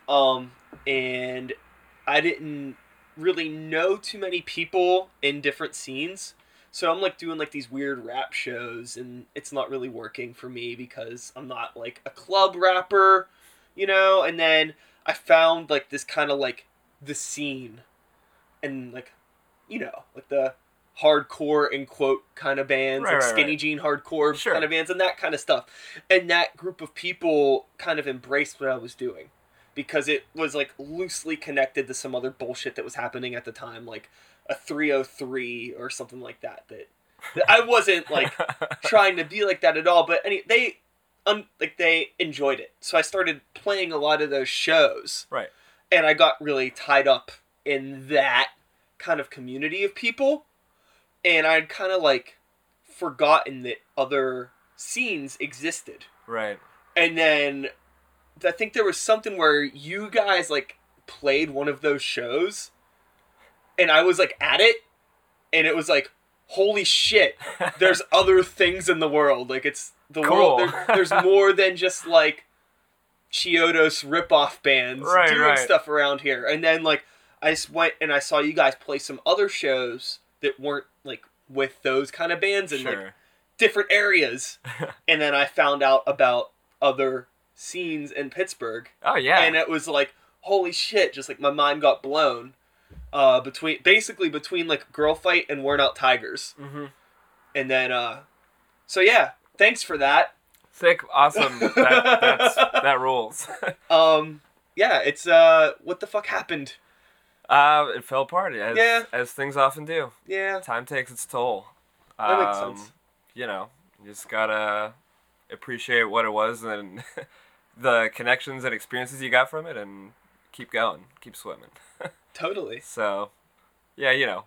Speaker 1: um, and I didn't really know too many people in different scenes, so I'm like doing like these weird rap shows, and it's not really working for me because I'm not like a club rapper, you know. And then I found like this kind of like the scene, and like you know, like the hardcore in quote kind of bands,
Speaker 2: Right,
Speaker 1: like
Speaker 2: right,
Speaker 1: skinny
Speaker 2: right.
Speaker 1: jean hardcore
Speaker 2: Sure.
Speaker 1: kind of bands, and that kind of stuff. And that group of people kind of embraced what I was doing because it was like loosely connected to some other bullshit that was happening at the time, like a 303 or something like that. That, that I wasn't like trying to be like that at all, but any they. Um, like they enjoyed it, so I started playing a lot of those shows
Speaker 2: right.
Speaker 1: and I got really tied up in that kind of community of people, and I'd kind of like forgotten that other scenes existed.
Speaker 2: Right.
Speaker 1: And then I think there was something where you guys like played one of those shows, and I was like at it, and it was like, holy shit, there's other things in the world. Like it's the
Speaker 2: Cool.
Speaker 1: world. There, there's more than just like Chiodos ripoff bands
Speaker 2: Right,
Speaker 1: doing
Speaker 2: right.
Speaker 1: stuff around here. And then like I just went and I saw you guys play some other shows that weren't like with those kind of bands and like
Speaker 2: sure.
Speaker 1: different areas. and then I found out about other scenes in Pittsburgh
Speaker 2: oh yeah.
Speaker 1: and it was like holy shit just like my mind got blown uh between basically between like girl fight and worn out tigers
Speaker 2: mm-hmm.
Speaker 1: and then uh so yeah thanks for that
Speaker 2: Sick. Awesome. That, that's, that rules.
Speaker 1: um yeah it's uh what the fuck happened
Speaker 2: Uh, it fell apart as
Speaker 1: Yeah.
Speaker 2: as things often do.
Speaker 1: yeah
Speaker 2: Time takes its toll. Um,
Speaker 1: That makes sense.
Speaker 2: You know, you just gotta appreciate what it was and the connections and experiences you got from it, and keep going, keep swimming.
Speaker 1: totally
Speaker 2: So, yeah, you know,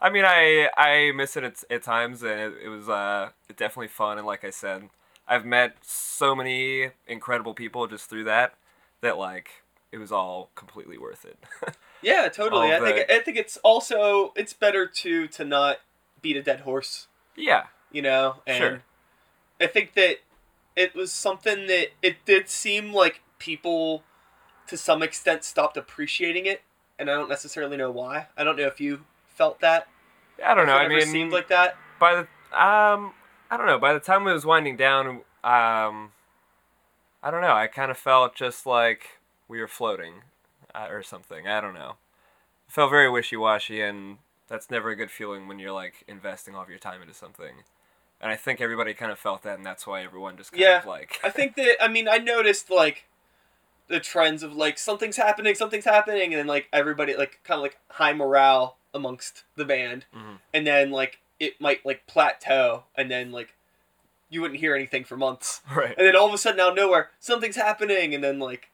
Speaker 2: I mean, I I miss it at, at times, and it, it was uh definitely fun. And like I said, I've met so many incredible people just through that that like it was all completely worth it.
Speaker 1: yeah totally
Speaker 2: All
Speaker 1: i think
Speaker 2: the-
Speaker 1: i think it's also it's better to to not beat a dead horse
Speaker 2: yeah,
Speaker 1: you know and
Speaker 2: Sure.
Speaker 1: i think that it was something that it did seem like people to some extent stopped appreciating it and i don't necessarily know why i don't know if you felt that
Speaker 2: I don't know.
Speaker 1: if it
Speaker 2: I
Speaker 1: ever
Speaker 2: mean,
Speaker 1: seemed like that
Speaker 2: by the um I don't know, by the time it was winding down um I don't know, I kind of felt just like we were floating uh, or something. I don't know. It felt very wishy-washy and that's never a good feeling when you're like investing all of your time into something. And I think everybody kind of felt that and that's why everyone just kind
Speaker 1: Yeah.
Speaker 2: of like
Speaker 1: i think that i mean i noticed like the trends of like something's happening something's happening and then like everybody like kind of like high morale amongst the band
Speaker 2: Mhm.
Speaker 1: and then like it might like plateau and then like you wouldn't hear anything for months
Speaker 2: right.
Speaker 1: and then all of a sudden out of nowhere something's happening and then like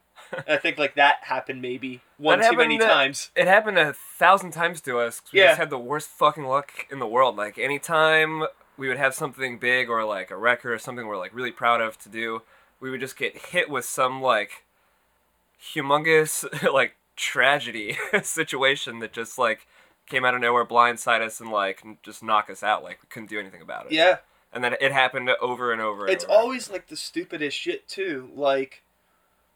Speaker 1: i think like that happened maybe one
Speaker 2: That
Speaker 1: too many
Speaker 2: happened, uh,
Speaker 1: times
Speaker 2: It happened a thousand times to us. 'cause we
Speaker 1: Yeah.
Speaker 2: just had the worst fucking luck in the world. Like anytime we would have something big or like a record or something we're like really proud of to do, we would just get hit with some like humongous like tragedy situation that just like came out of nowhere, blindsided us, and like n- just knock us out. Like we couldn't do anything about it.
Speaker 1: yeah
Speaker 2: And then it happened over and over. And
Speaker 1: it's
Speaker 2: over and
Speaker 1: always like the stupidest shit too like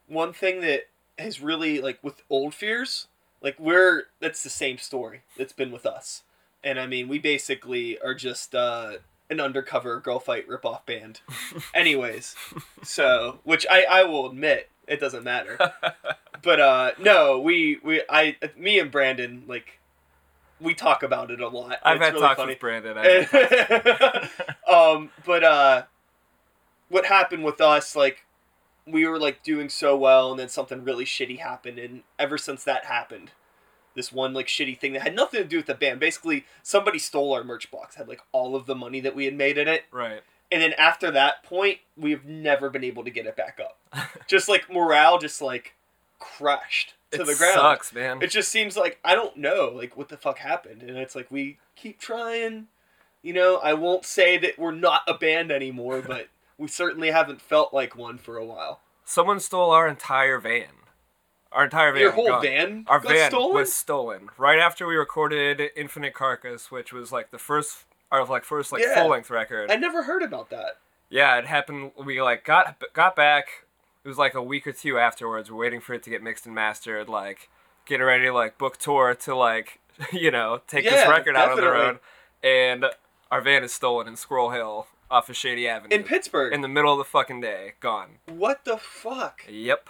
Speaker 1: one thing that has really like with old fears like we're that's the same story that's been with us and i mean we basically are just uh an undercover girl fight ripoff band anyways so which i i will admit it doesn't matter
Speaker 2: over.
Speaker 1: but uh no we we i me and brandon like we talk about it a lot.
Speaker 2: I've
Speaker 1: it's
Speaker 2: had
Speaker 1: really
Speaker 2: talks
Speaker 1: funny. Eh.
Speaker 2: with Brandon. I
Speaker 1: um, but uh, what happened with us, like, we were like doing so well, and then something really shitty happened, and ever since that happened, this one like shitty thing that had nothing to do with the band. Basically, somebody stole our merch box, had like all of the money that we had made in it,
Speaker 2: right.
Speaker 1: and then after that point, we've never been able to get it back up. just like morale, just like crashed to
Speaker 2: it
Speaker 1: the ground.
Speaker 2: sucks, man.
Speaker 1: It just seems like I don't know, like what the fuck happened, and it's like we keep trying. You know, I won't say that we're not a band anymore, but we certainly haven't felt like one for a while.
Speaker 2: Someone stole our entire van. Our entire van.
Speaker 1: Your whole
Speaker 2: gone.
Speaker 1: van
Speaker 2: Our
Speaker 1: got
Speaker 2: van
Speaker 1: stolen?
Speaker 2: was stolen right after we recorded Infinite Carcass, which was like the first our like first like
Speaker 1: Yeah.
Speaker 2: full length record.
Speaker 1: I never heard about that.
Speaker 2: yeah, it happened. We like got got back. It was like a week or two afterwards. We're waiting for it to get mixed and mastered. Like getting ready to like book tour to like you know take this
Speaker 1: Yeah,
Speaker 2: record out on the
Speaker 1: definitely.
Speaker 2: road. And our van is stolen in Squirrel Hill off of Shady Avenue
Speaker 1: In Pittsburgh.
Speaker 2: in the middle of the fucking day. Gone.
Speaker 1: what the fuck?
Speaker 2: Yep.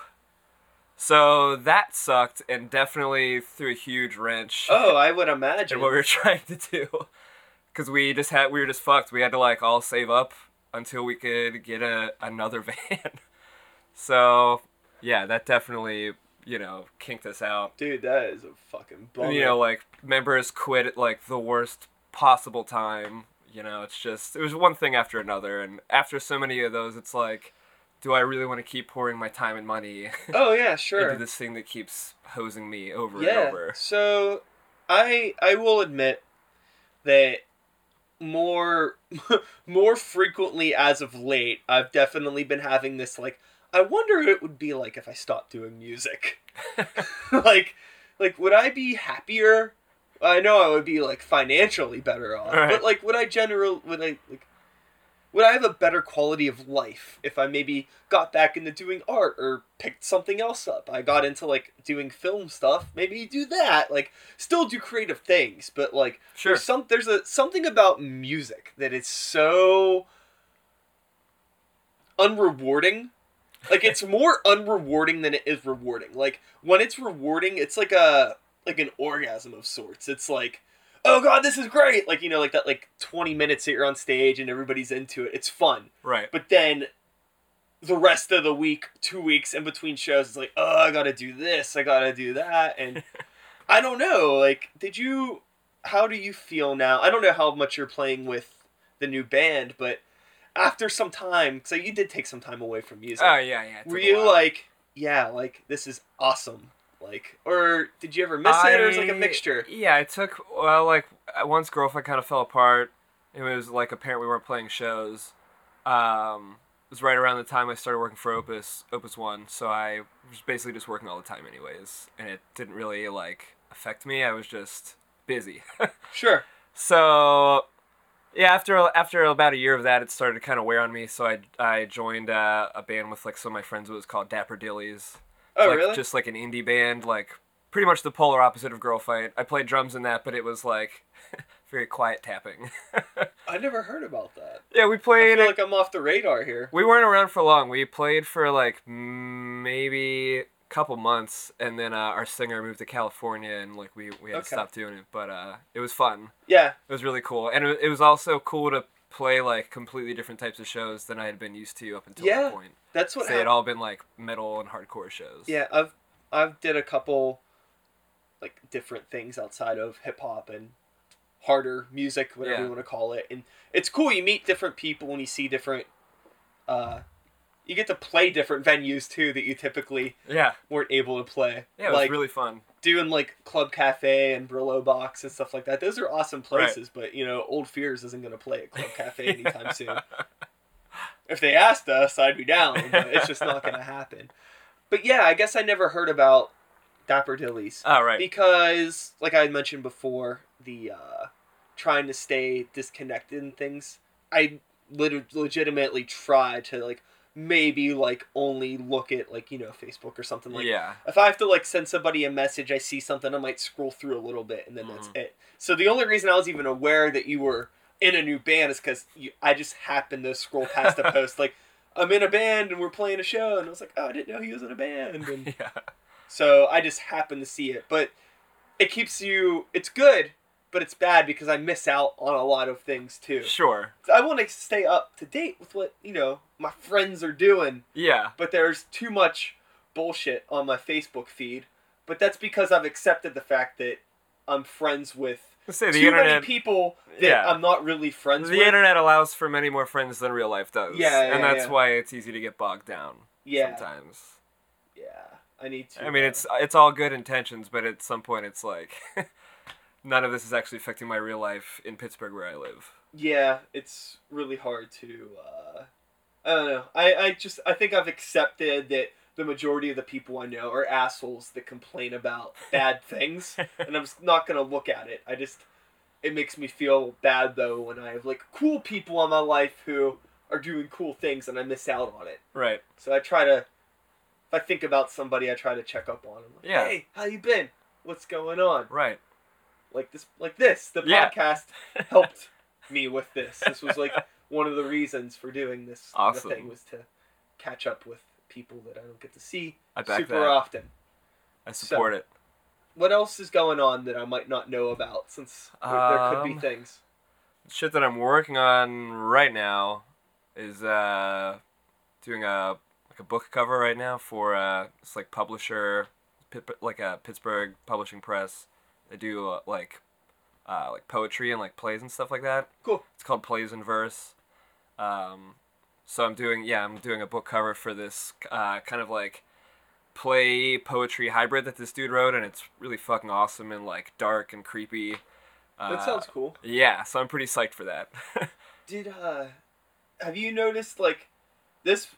Speaker 2: So that sucked and definitely threw a huge wrench
Speaker 1: Oh, I would
Speaker 2: in
Speaker 1: imagine.
Speaker 2: what we were trying to do. Cause we just had we were just fucked. We had to like all save up until we could get a another van. so yeah, that definitely, you know, kinked us out.
Speaker 1: Dude, that is a fucking bummer.
Speaker 2: You know, like members quit at like the worst possible time. You know, it's just it was one thing after another and after so many of those it's like, do I really want to keep pouring my time and money
Speaker 1: oh yeah, sure.
Speaker 2: into this thing that keeps hosing me over
Speaker 1: yeah.
Speaker 2: and over.
Speaker 1: So, I I will admit that more more frequently as of late, I've definitely been having this like I wonder what it would be like if I stopped doing music. like like would I be happier? I know I would be like financially better off,
Speaker 2: Right.
Speaker 1: but like would I general would I like would I have a better quality of life if I maybe got back into doing art or picked something else up? I got into like doing film stuff. Maybe you do that. Like still do creative things, but like
Speaker 2: Sure.
Speaker 1: there's some there's a something about music that is so unrewarding. Like it's more unrewarding than it is rewarding. Like when it's rewarding, it's like a like an orgasm of sorts. It's like, oh god, this is great. Like you know, like that like twenty minutes that you're on stage and everybody's into it. It's fun.
Speaker 2: Right.
Speaker 1: But then the rest of the week, two weeks in between shows, it's like, oh, I gotta do this, I gotta do that, and I don't know. Like, did you? How do you feel now? I don't know how much you're playing with the new band, but after some time, so you did take some time away from music.
Speaker 2: Oh yeah, yeah. it took
Speaker 1: Were
Speaker 2: a
Speaker 1: you
Speaker 2: while.
Speaker 1: like, yeah, like this is awesome, like, or did you ever miss it, or is it like a
Speaker 2: I-
Speaker 1: mixture?
Speaker 2: Yeah, it took well, like uh, once girlfriend kind of fell apart. It was like apparent we weren't playing shows. Um, it was right around the time I started working for Opus Opus One, so I was basically just working all the time, anyways, and it didn't really like affect me. I was just busy.
Speaker 1: Sure.
Speaker 2: So, yeah, after after about a year of that, it started to kind of wear on me. So I I joined uh, a band with like some of my friends. It was called Dapper Dillies.
Speaker 1: Oh,
Speaker 2: like,
Speaker 1: really?
Speaker 2: Just like an indie band, like pretty much the polar opposite of Girl Fight. I played drums in that, but it was like very quiet tapping.
Speaker 1: I never heard about that.
Speaker 2: yeah, we
Speaker 1: I
Speaker 2: played.
Speaker 1: feel like I'm off the radar here.
Speaker 2: we weren't around for long. We played for like mm, maybe a couple months, and then uh, our singer moved to California, and like we we had
Speaker 1: Okay.
Speaker 2: to stop doing it. But uh, it was fun.
Speaker 1: Yeah.
Speaker 2: It was really cool, and it it was also cool to play like completely different types of shows than I had been used to up until
Speaker 1: Yeah,
Speaker 2: that point.
Speaker 1: That's what
Speaker 2: They
Speaker 1: happened.
Speaker 2: had all been like metal and hardcore shows.
Speaker 1: Yeah, I've I've did a couple like different things outside of hip hop and harder music, whatever
Speaker 2: Yeah.
Speaker 1: you want to call it. And it's cool. You meet different people and you see different. Uh, you get to play different venues too that you typically
Speaker 2: yeah,
Speaker 1: weren't able to play.
Speaker 2: yeah. It was
Speaker 1: like
Speaker 2: really fun.
Speaker 1: doing like Club Cafe and Brillo Box and stuff like that. Those are awesome
Speaker 2: Right.
Speaker 1: places, but you know, Old Fears isn't going to play at Club Cafe anytime soon. If they asked us, I'd be down, but it's just not going to happen. But yeah, I guess I never heard about Dapper Dillies
Speaker 2: All right.
Speaker 1: because, like I had mentioned before, the uh, trying to stay disconnected and things. I lit- legitimately try to like maybe like only look at like you know Facebook or something like
Speaker 2: yeah,
Speaker 1: if I have to like send somebody a message, I see something, I might scroll through a little bit, and then that's
Speaker 2: Mhm.
Speaker 1: it. So the only reason I was even aware that you were in a new band is because I just happened to scroll past a post like I'm in a band and we're playing a show, and I was like, oh, I didn't know he was in a band, and
Speaker 2: yeah,
Speaker 1: so I just happened to see it. But it keeps you. It's good but it's bad because I miss out on a lot of things too.
Speaker 2: Sure.
Speaker 1: I want to stay up to date with what, you know, my friends are doing,
Speaker 2: Yeah.
Speaker 1: but there's too much bullshit on my Facebook feed. But that's because I've accepted the fact that I'm friends with
Speaker 2: Let's say the
Speaker 1: too
Speaker 2: internet.
Speaker 1: many people that
Speaker 2: Yeah.
Speaker 1: I'm not really friends
Speaker 2: the
Speaker 1: with.
Speaker 2: internet allows for many more friends than real life does.
Speaker 1: Yeah,
Speaker 2: and
Speaker 1: yeah,
Speaker 2: that's
Speaker 1: yeah.
Speaker 2: why it's easy to get bogged down.
Speaker 1: yeah.
Speaker 2: Sometimes.
Speaker 1: Yeah. I need to. uh,
Speaker 2: I mean, it's it's all good intentions, but at some point, it's like none of this is actually affecting my real life in Pittsburgh where I live.
Speaker 1: yeah it's really hard to uh i don't know i i just i think i've accepted that the majority of the people i know are assholes that complain about bad things and i'm just not gonna look at it i just it makes me feel bad though when i have like cool people in my life who are doing cool things and i miss out on it
Speaker 2: Right.
Speaker 1: so i try to if i think about somebody i try to check up on them like,
Speaker 2: Yeah.
Speaker 1: hey how you been what's going on
Speaker 2: Right.
Speaker 1: like this like this the
Speaker 2: Yeah.
Speaker 1: podcast helped me with this this was like one of the reasons for doing this
Speaker 2: Awesome.
Speaker 1: thing was to catch up with people that i don't get to see
Speaker 2: I back
Speaker 1: super
Speaker 2: that.
Speaker 1: often
Speaker 2: I support it.
Speaker 1: what else is going on that i might not know about since there, there could be
Speaker 2: Um,
Speaker 1: things
Speaker 2: Shit that I'm working on right now is uh, doing a like a book cover right now for uh, it's like publisher, Pit- like a Pittsburgh publishing press. They do uh, like uh, like poetry and like plays and stuff like that.
Speaker 1: cool
Speaker 2: It's called Plays in Verse. Um, so I'm doing yeah, I'm doing a book cover for this uh, kind of like play poetry hybrid that this dude wrote, and it's really fucking awesome and like dark and creepy. Uh,
Speaker 1: that sounds cool
Speaker 2: yeah, so I'm pretty psyched for that.
Speaker 1: did uh have you noticed like this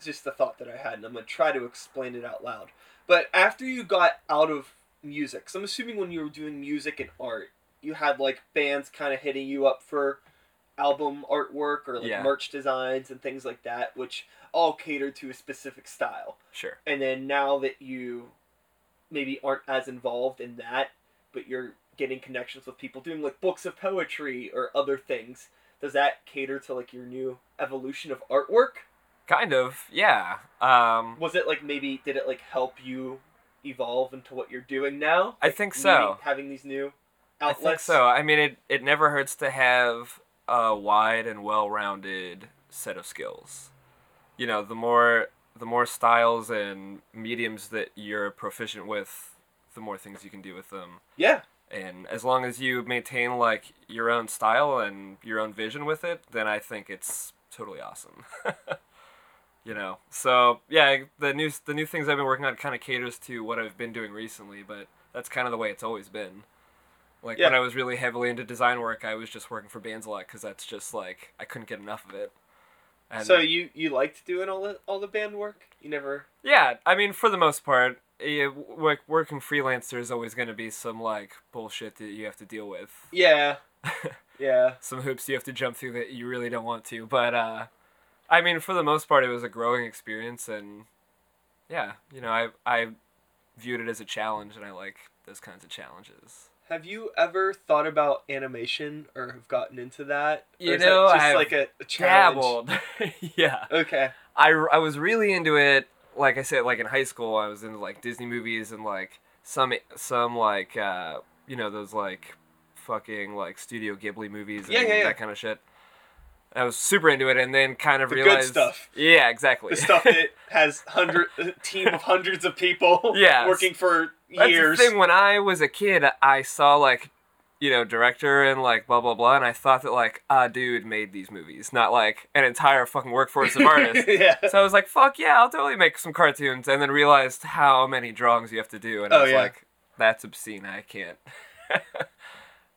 Speaker 1: is just the thought that i had and i'm gonna try to explain it out loud but after you got out of music so i'm assuming when you were doing music and art you had like bands kind of hitting you up for album artwork or like
Speaker 2: Yeah.
Speaker 1: merch designs and things like that which all cater to a specific style
Speaker 2: sure.
Speaker 1: and then now that you maybe aren't as involved in that but you're getting connections with people doing like books of poetry or other things does that cater to like your new evolution of artwork
Speaker 2: Kind of, yeah. Um,
Speaker 1: was it like maybe did it like help you evolve into what you're doing now
Speaker 2: I think
Speaker 1: Meeting-
Speaker 2: so.
Speaker 1: having these new
Speaker 2: I
Speaker 1: outlets
Speaker 2: think so. I mean, it, it never hurts to have a wide and well-rounded set of skills. You know, the more the more styles and mediums that you're proficient with, the more things you can do with them.
Speaker 1: yeah
Speaker 2: And as long as you maintain like your own style and your own vision with it, then I think it's totally awesome. you know. So, yeah, the new the new things I've been working on kind of caters to what I've been doing recently, but that's kind of the way it's always been. Like when
Speaker 1: Yeah.
Speaker 2: I was really heavily into design work, I was just working for bands a lot cuz that's just like I couldn't get enough of it. And
Speaker 1: so you you liked doing all the all the band work you never
Speaker 2: yeah, I mean, for the most part, yeah, w- like working freelance, there's always going to be some like bullshit that you have to deal with.
Speaker 1: yeah yeah
Speaker 2: some hoops you have to jump through that you really don't want to. But uh, I mean, for the most part, it was a growing experience, and yeah, you know, I I viewed it as a challenge, and I like those kinds of challenges.
Speaker 1: Have you ever thought about animation or have gotten into that? Or
Speaker 2: You
Speaker 1: is that
Speaker 2: know,
Speaker 1: just
Speaker 2: I've
Speaker 1: like a, a challenge.
Speaker 2: Dabbled, yeah.
Speaker 1: Okay.
Speaker 2: I I was really into it. Like I said, like in high school, I was into like Disney movies and like some some like uh, you know those like fucking like Studio Ghibli movies and
Speaker 1: Yeah, yeah, yeah.
Speaker 2: that kind of shit. I was super into it, and then kind of
Speaker 1: The good
Speaker 2: realized
Speaker 1: stuff.
Speaker 2: Yeah, exactly.
Speaker 1: The stuff that has hundred a team of hundreds of people
Speaker 2: Yeah.
Speaker 1: working for
Speaker 2: That's
Speaker 1: years.
Speaker 2: the thing. When I was a kid, I saw like, you know, director and like blah blah blah, and I thought that like a dude made these movies, not like an entire fucking workforce of artists.
Speaker 1: yeah.
Speaker 2: So I was like, fuck yeah, I'll totally make some cartoons, and then realized how many drawings you have to do, and
Speaker 1: Oh,
Speaker 2: I was
Speaker 1: yeah.
Speaker 2: like, that's obscene. I can't.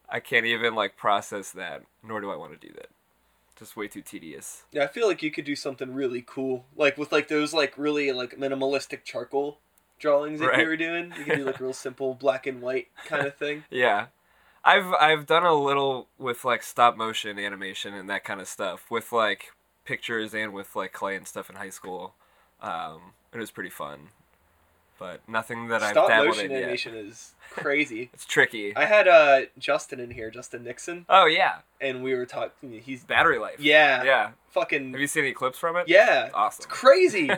Speaker 2: I can't even like process that, nor do I want to do that. Just way too tedious.
Speaker 1: Yeah, I feel like you could do something really cool. Like with like those like really like minimalistic charcoal drawings that
Speaker 2: Right.
Speaker 1: you were doing. You could do like real simple black and white kind of thing.
Speaker 2: Yeah. I've I've done a little with like stop motion animation and that kind of stuff with like pictures and with like clay and stuff in high school. Um, it was pretty fun, but nothing that I've
Speaker 1: Stop
Speaker 2: dabbled
Speaker 1: motion
Speaker 2: in yet.
Speaker 1: animation is crazy.
Speaker 2: It's tricky.
Speaker 1: I had uh Justin in here, Justin Nixon,
Speaker 2: oh yeah,
Speaker 1: and we were talking he's
Speaker 2: battery life.
Speaker 1: yeah,
Speaker 2: Yeah.
Speaker 1: fucking
Speaker 2: Have you seen any clips from it?
Speaker 1: Yeah. It's
Speaker 2: Awesome.
Speaker 1: crazy,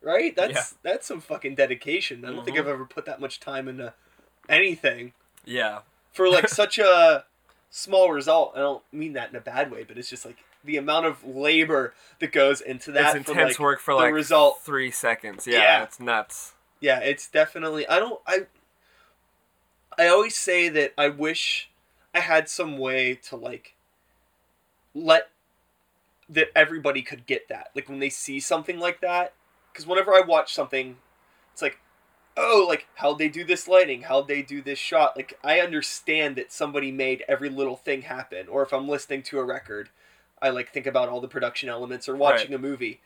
Speaker 1: right? That's that's some fucking dedication. I don't think
Speaker 2: Mhm.
Speaker 1: I've ever put that much time into anything
Speaker 2: yeah.
Speaker 1: for like such a small result. I don't mean that in a bad way, but it's just like the amount of labor that goes into that.
Speaker 2: it's
Speaker 1: for,
Speaker 2: intense
Speaker 1: like,
Speaker 2: work for
Speaker 1: the
Speaker 2: like
Speaker 1: result.
Speaker 2: three seconds. Yeah,
Speaker 1: Yeah.
Speaker 2: it's nuts.
Speaker 1: Yeah, it's definitely. I don't. I. I always say that I wish I had some way to like let that everybody could get that. Like when they see something like that, because whenever I watch something, it's like, oh, like how'd they do this lighting? How'd they do this shot? Like I understand that somebody made every little thing happen. Or if I'm listening to a record, I like think about all the production elements or watching a movie,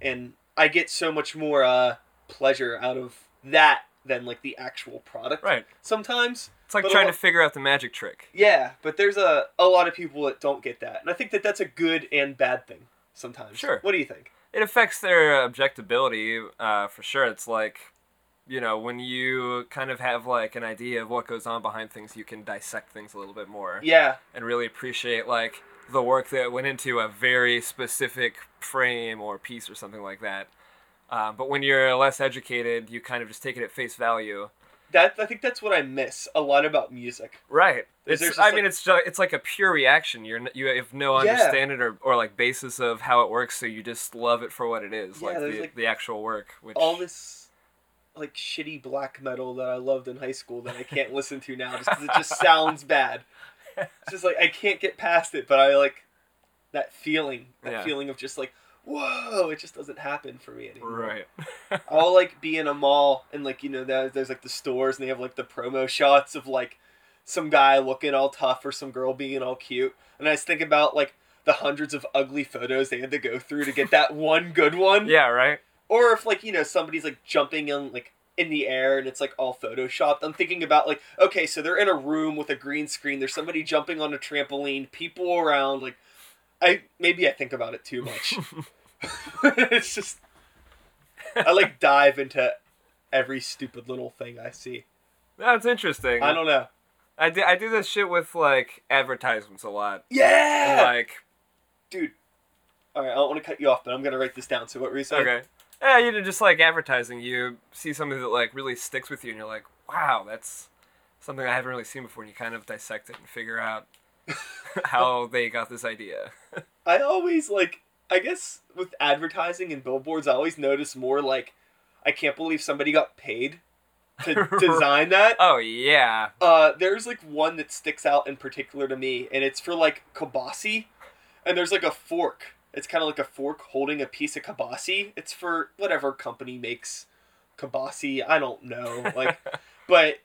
Speaker 1: and I get so much more uh, pleasure out of that than like the actual product.
Speaker 2: Right.
Speaker 1: Sometimes,
Speaker 2: It's like
Speaker 1: But a
Speaker 2: trying
Speaker 1: lot-
Speaker 2: to figure out the magic trick.
Speaker 1: yeah, but there's a a lot of people that don't get that, and I think that that's a good and bad thing sometimes.
Speaker 2: Sure.
Speaker 1: What do you think?
Speaker 2: It affects their objectability uh, for sure. It's like, you know, when you kind of have like an idea of what goes on behind things, you can dissect things a little bit more
Speaker 1: Yeah,
Speaker 2: and really appreciate like the work that went into a very specific frame or piece or something like that. Um, but when you're less educated, you kind of just take it at face value.
Speaker 1: that I think that's what I miss a lot about music.
Speaker 2: Right.
Speaker 1: Is
Speaker 2: It's,
Speaker 1: there
Speaker 2: I
Speaker 1: just, like-
Speaker 2: mean, it's just, it's like a pure reaction. You're n- you have no
Speaker 1: Yeah.
Speaker 2: understanding or, or like basis of how it works, so you just love it for what it is,
Speaker 1: Yeah,
Speaker 2: like,
Speaker 1: there's,
Speaker 2: the,
Speaker 1: like,
Speaker 2: the actual work. Which
Speaker 1: All this like shitty black metal that I loved in high school that I can't listen to now just because it just sounds bad. It's just like I can't get past it, but I like that feeling, that
Speaker 2: Yeah.
Speaker 1: feeling of just like whoa, it just doesn't happen for me anymore.
Speaker 2: right.
Speaker 1: I'll like be in a mall and like you know there- there's like the stores and they have like the promo shots of like some guy looking all tough or some girl being all cute and I just think about like the hundreds of ugly photos they had to go through to get that one good one.
Speaker 2: yeah. Right.
Speaker 1: Or if like you know somebody's like jumping in like in the air and it's like all photoshopped. I'm thinking about like okay, so they're in a room with a green screen. There's somebody jumping on a trampoline, people around. Like I maybe I think about it too much. it's just I like dive into every stupid little thing I see.
Speaker 2: That's interesting.
Speaker 1: I don't know.
Speaker 2: I do, I do this shit with like advertisements a lot.
Speaker 1: Yeah,
Speaker 2: Like
Speaker 1: dude. All right, I don't want to cut you off, but I'm gonna write this down. So what were you saying?
Speaker 2: okay. Yeah, you know, just like advertising, you see something that like really sticks with you, and you're like, "Wow, that's something I haven't really seen before." And you kind of dissect it and figure out how they got this idea.
Speaker 1: I always like I guess with advertising and billboards I always notice more like I can't believe somebody got paid to design that.
Speaker 2: Oh yeah,
Speaker 1: Uh there's like one that sticks out in particular to me and it's for like kibasi and there's like a fork. It's kind of like a fork holding a piece of kibasi. It's for whatever company makes kibasi. I don't know. Like but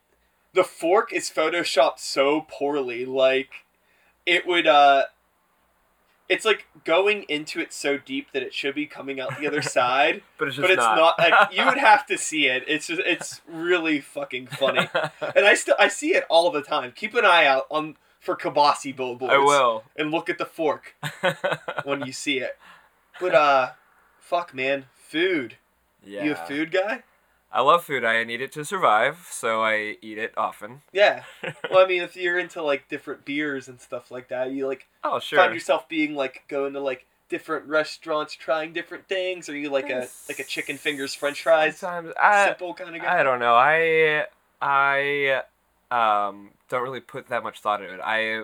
Speaker 1: the fork is photoshopped so poorly like it would uh it's like going into it so deep that it should be coming out the other side
Speaker 2: but it's just
Speaker 1: but it's not. like you would have to see it it's just it's really fucking funny and i still i see it all the time keep an eye out on for kabasi billboards
Speaker 2: I will.
Speaker 1: and look at the fork when you see it but uh fuck man food
Speaker 2: yeah.
Speaker 1: you a food guy
Speaker 2: I love food. I need it to survive, so I eat it often.
Speaker 1: yeah well i mean if you're into like different beers and stuff like that you like
Speaker 2: Oh sure.
Speaker 1: find yourself being like going to like different restaurants trying different things are you like a like a chicken fingers french fries
Speaker 2: Sometimes I,
Speaker 1: simple kind of guy
Speaker 2: I don't know. I I um don't really put that much thought into it. I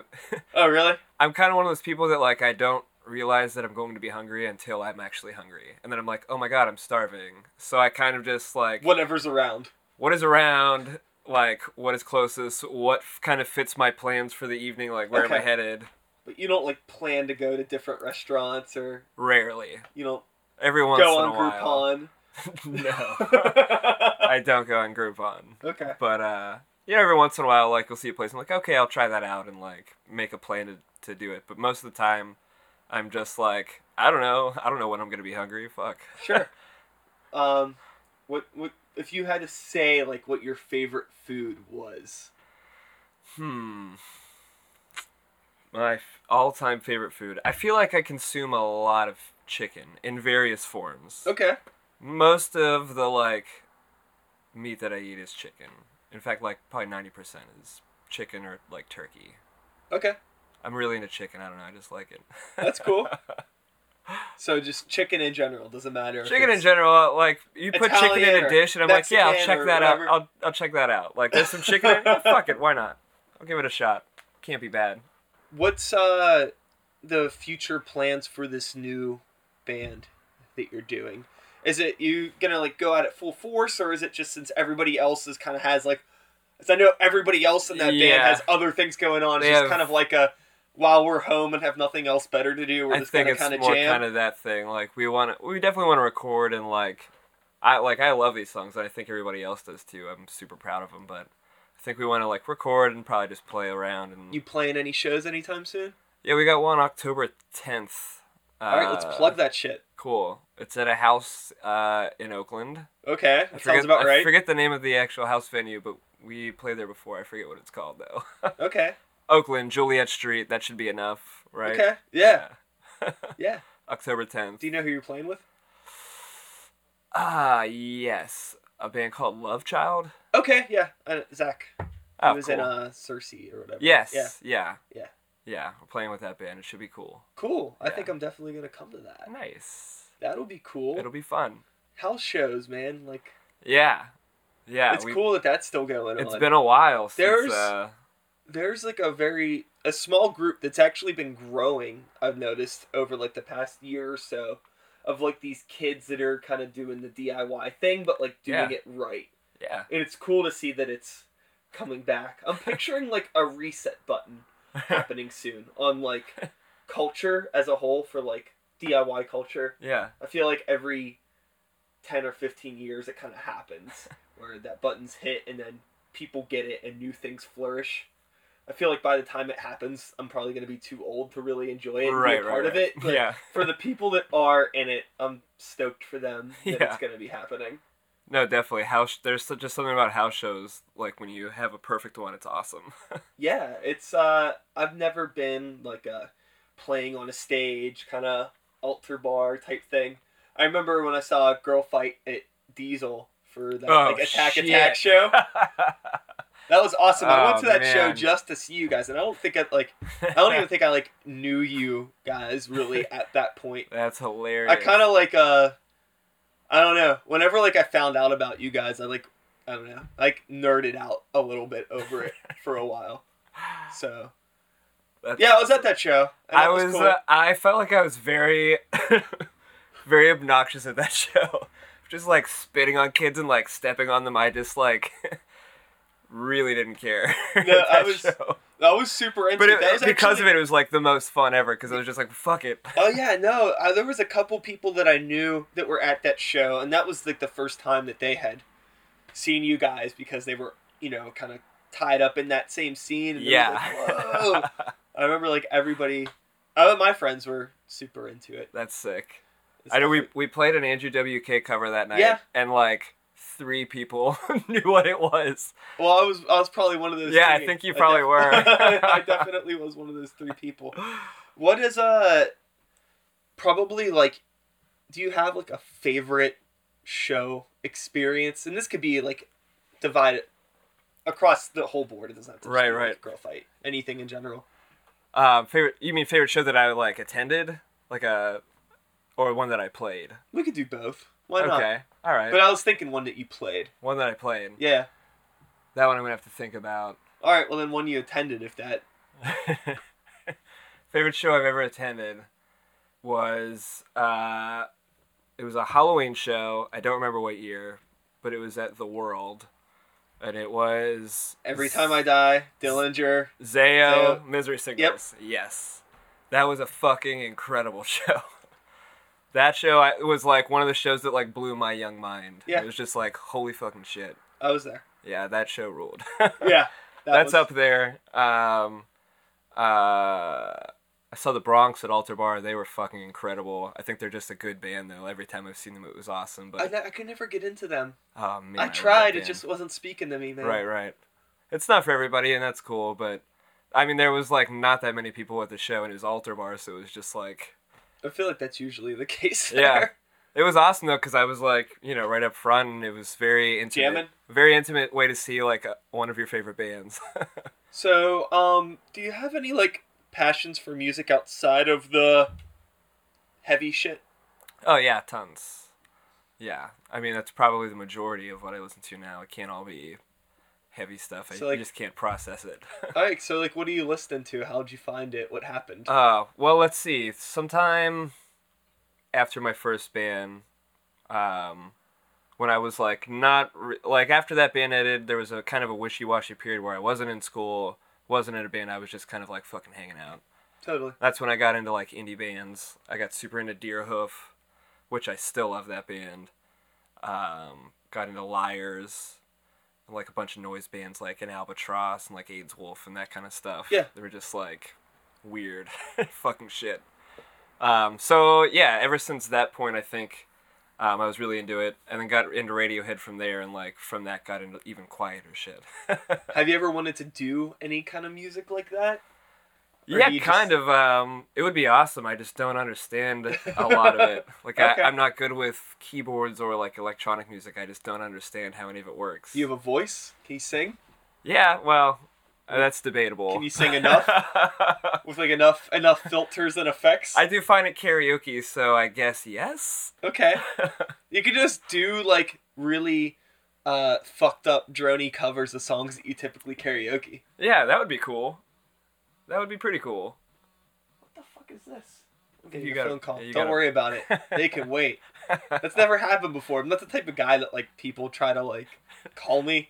Speaker 1: oh really
Speaker 2: I'm kind of one of those people that like I don't realize that I'm going to be hungry until I'm actually hungry, and then I'm like, oh my god, I'm starving. So I kind of just like
Speaker 1: whatever's around
Speaker 2: what is around, like what is closest, what f- kind of fits my plans for the evening, like where am I
Speaker 1: Okay.
Speaker 2: headed.
Speaker 1: but you don't like plan to go to different restaurants or
Speaker 2: Rarely,
Speaker 1: you don't
Speaker 2: every once
Speaker 1: go
Speaker 2: in a while.
Speaker 1: on
Speaker 2: no,
Speaker 1: groupon
Speaker 2: I don't go on Groupon.
Speaker 1: okay
Speaker 2: But uh you know, every once in a while like you'll see a place and like, okay, I'll try that out and like make a plan to, to do it. But most of the time I'm just like, I don't know. I don't know when I'm gonna be hungry. Fuck.
Speaker 1: sure um what what if you had to say like what your favorite food was
Speaker 2: Hmm. My f- all-time favorite food. I feel like I consume a lot of chicken in various forms.
Speaker 1: okay
Speaker 2: Most of the like meat that I eat is chicken. In fact, like probably 90% is chicken or like turkey.
Speaker 1: okay
Speaker 2: I'm really into chicken. I don't know. I just like it.
Speaker 1: that's cool so just chicken in general doesn't matter if
Speaker 2: Chicken in
Speaker 1: it's-
Speaker 2: general, like you put chicken
Speaker 1: Italian
Speaker 2: in
Speaker 1: or
Speaker 2: a dish, and I'm like, yeah, I'll
Speaker 1: Mexican or
Speaker 2: check that out.
Speaker 1: whatever.
Speaker 2: I'll I'll check that out. Like, there's some chicken. in it? Fuck it, why not? I'll give it a shot. Can't be bad.
Speaker 1: What's uh the future plans for this new band that you're doing? Is it you gonna like go out at full force, or is it just since everybody else is kind of has like, as I know everybody else in that band
Speaker 2: Yeah.
Speaker 1: has other things going on. It's
Speaker 2: They
Speaker 1: just
Speaker 2: have-
Speaker 1: kind of like a while we're home and have nothing else better to do, we're
Speaker 2: I
Speaker 1: just
Speaker 2: think
Speaker 1: gonna
Speaker 2: it's
Speaker 1: kind of
Speaker 2: more
Speaker 1: jam.
Speaker 2: kind of that thing. Like we want, to, we definitely want to record and like, I like I love these songs and I think everybody else does too. I'm super proud of them, but I think we want to like record and probably just play around and
Speaker 1: You playing any shows anytime soon?
Speaker 2: yeah, we got one October 10th. Uh,
Speaker 1: All right, let's plug that shit.
Speaker 2: Cool. It's at a house uh, in Oakland.
Speaker 1: Okay, that
Speaker 2: forget,
Speaker 1: sounds about
Speaker 2: I
Speaker 1: right.
Speaker 2: forget the name of the actual house venue, but we played there before. I forget what it's called though.
Speaker 1: Okay,
Speaker 2: Oakland, Juliet Street. That should be enough, right?
Speaker 1: okay, yeah,
Speaker 2: Yeah.
Speaker 1: yeah.
Speaker 2: October 10th.
Speaker 1: Do you know who you're playing with?
Speaker 2: Ah, yes. A band called Love Child.
Speaker 1: Okay, yeah, uh, Zach. He
Speaker 2: Oh,
Speaker 1: was
Speaker 2: cool.
Speaker 1: in uh, Cersei or whatever.
Speaker 2: yes.
Speaker 1: Yeah.
Speaker 2: Yeah.
Speaker 1: Yeah.
Speaker 2: Yeah. We're playing with that band. It should be cool.
Speaker 1: Cool. I
Speaker 2: Yeah.
Speaker 1: think I'm definitely gonna come to that.
Speaker 2: Nice.
Speaker 1: That'll be Uh, cool.
Speaker 2: It'll be fun.
Speaker 1: House shows, man. Like
Speaker 2: Yeah. Yeah.
Speaker 1: it's
Speaker 2: we-
Speaker 1: cool that that's still going
Speaker 2: It's
Speaker 1: on.
Speaker 2: been a while since.
Speaker 1: There's-
Speaker 2: Uh,
Speaker 1: There's like a very a small group that's actually been growing. I've noticed over like the past year or so of like these kids that are kind of doing the DIY thing, but like doing
Speaker 2: Yeah.
Speaker 1: it right.
Speaker 2: yeah.
Speaker 1: And it's cool to see that it's coming back. I'm picturing like a reset button happening soon on like culture as a whole for like DIY culture.
Speaker 2: yeah.
Speaker 1: I feel like every 10 or 15 years it kind of happens where that button's hit and then people get it and new things flourish. I feel like by the time it happens, I'm probably going to be too old to really enjoy it and
Speaker 2: Right.
Speaker 1: be a
Speaker 2: right,
Speaker 1: part of
Speaker 2: right.
Speaker 1: it. But
Speaker 2: yeah.
Speaker 1: for the people that are in it, I'm stoked for them that
Speaker 2: Yeah.
Speaker 1: it's going to be happening.
Speaker 2: No, definitely. House. There's so- just something about house shows. Like when you have a perfect one, it's awesome.
Speaker 1: Yeah, it's uh I've never been like a playing on a stage kind of altar bar type thing. I remember when I saw a girl fight at Diesel for that
Speaker 2: Oh,
Speaker 1: like attack
Speaker 2: shit.
Speaker 1: attack show. That was awesome. I went
Speaker 2: Oh,
Speaker 1: to that show
Speaker 2: man.
Speaker 1: just to see you guys and I don't think I like I don't even think I like knew you guys really at that point.
Speaker 2: That's hilarious.
Speaker 1: I kind of like uh I don't know. Whenever like I found out about you guys, I like I don't know. Like nerded out a little bit over it for a while. So
Speaker 2: That's
Speaker 1: yeah, I was
Speaker 2: awesome.
Speaker 1: at that show. and
Speaker 2: I
Speaker 1: that
Speaker 2: was.
Speaker 1: cool.
Speaker 2: uh, I felt like I was very, very obnoxious at that show. Just like spitting on kids and like stepping on them. I just like really didn't care. at
Speaker 1: No, I
Speaker 2: that
Speaker 1: was-
Speaker 2: show.
Speaker 1: that was super into
Speaker 2: But
Speaker 1: it,
Speaker 2: it,
Speaker 1: that was
Speaker 2: because
Speaker 1: actually-
Speaker 2: of it, it was like the most fun ever. Because I was just like, fuck it.
Speaker 1: Oh yeah, no, uh, there was a couple people that I knew that were at that show, and that was like the first time that they had seen you guys because they were you know kind of tied up in that same scene. And it was
Speaker 2: yeah.
Speaker 1: like, whoa. I remember like everybody. Oh, my friends were super into it.
Speaker 2: That's sick.
Speaker 1: It's
Speaker 2: I know we
Speaker 1: like-
Speaker 2: we played an Andrew WK cover that night.
Speaker 1: Yeah.
Speaker 2: And like three people knew what it was.
Speaker 1: Well, I was I was probably one of those.
Speaker 2: Yeah, I
Speaker 1: three.
Speaker 2: think you probably were.
Speaker 1: I definitely was one of those three people. What is uh probably like do you have like a favorite show experience? And this could be like divided across the whole board. It doesn't have to just
Speaker 2: Right,
Speaker 1: be, like,
Speaker 2: right.
Speaker 1: girl fight. Anything in general.
Speaker 2: Uh, favorite? You mean favorite show that I like attended, like a, or one that I played?
Speaker 1: We could do both. Why not?
Speaker 2: okay, all right.
Speaker 1: uh, But I was thinking one that you played.
Speaker 2: one that I played.
Speaker 1: Yeah.
Speaker 2: That one I'm gonna have to think about.
Speaker 1: All right, well then one you attended if that.
Speaker 2: favorite show I've ever attended was uh, it was a Halloween show. I don't remember what year, but it was at the World, and it was
Speaker 1: Every time I die, Dillinger.
Speaker 2: Zayo
Speaker 1: Zayo.
Speaker 2: Misery Signals. Yes. That was a fucking incredible show. That show I, was like one of the shows that like blew my young mind.
Speaker 1: Yeah.
Speaker 2: It was just like holy fucking shit.
Speaker 1: I was there.
Speaker 2: Yeah, that show ruled.
Speaker 1: Yeah. that
Speaker 2: That's
Speaker 1: was-
Speaker 2: up there. Um uh I saw the Bronx at Alter Bar. They were fucking incredible. I think they're just a good band though. Every time I've seen them it was awesome,
Speaker 1: I,
Speaker 2: but
Speaker 1: ne- I could never get into them.
Speaker 2: oh man.
Speaker 1: I
Speaker 2: love that
Speaker 1: tried, it
Speaker 2: band.
Speaker 1: just wasn't speaking to me, man.
Speaker 2: Right, right. It's not for everybody, and that's cool. But I mean, there was like not that many people at the show, and it was altar bar, so it was just like
Speaker 1: I feel like that's usually the case.
Speaker 2: Yeah.
Speaker 1: there.
Speaker 2: it was awesome though, because I was like you know right up front, and it was very intimate,
Speaker 1: Jamming?
Speaker 2: very intimate way to see like a, one of your favorite bands.
Speaker 1: So, um, do you have any like passions for music outside of the heavy shit?
Speaker 2: oh yeah, tons. Yeah, I mean that's probably the majority of what I listen to now. It can't all be heavy stuff. I
Speaker 1: So, like-
Speaker 2: you just can't process it.
Speaker 1: All right, so like, what do you listen to? How'd you find it? What happened?
Speaker 2: Uh, well, let's see. Sometime after my first band, um, when I was like not re- like after that band ended, there was a kind of a wishy-washy period where I wasn't in school, wasn't in a band. I was just kind of like fucking hanging out.
Speaker 1: totally.
Speaker 2: That's when I got into like indie bands. I got super into Deerhoof, which I still love that band. Um, got into Liars, and, like a bunch of noise bands like an Albatross and like AIDS Wolf and that kind of stuff.
Speaker 1: Yeah.
Speaker 2: They were just like weird fucking shit. Um, so yeah, ever since that point, I think um, I was really into it, and then got into Radiohead from there, and like from that got into even quieter shit.
Speaker 1: Have you ever wanted to do any kind of music like that? Or
Speaker 2: yeah,
Speaker 1: do you
Speaker 2: kind of. Um, it would be awesome. I just don't understand a lot of it. Like
Speaker 1: Okay.
Speaker 2: I, I'm not good with keyboards or like electronic music. I just don't understand how any of it works.
Speaker 1: Do you have a voice? Can you sing
Speaker 2: yeah, well, uh, that's debatable.
Speaker 1: Can you sing enough? with like enough enough filters and effects?
Speaker 2: I do find it karaoke, so I guess yes.
Speaker 1: Okay, you could just do like really uh, fucked up drony covers of songs that you typically karaoke.
Speaker 2: yeah, that would be cool. That would be pretty cool.
Speaker 1: What the fuck is this? I'm getting
Speaker 2: You
Speaker 1: a
Speaker 2: gotta-
Speaker 1: phone call.
Speaker 2: you
Speaker 1: Don't
Speaker 2: gotta-
Speaker 1: worry about it. They can wait. That's never happened before. I'm not the type of guy that like people try to like call me.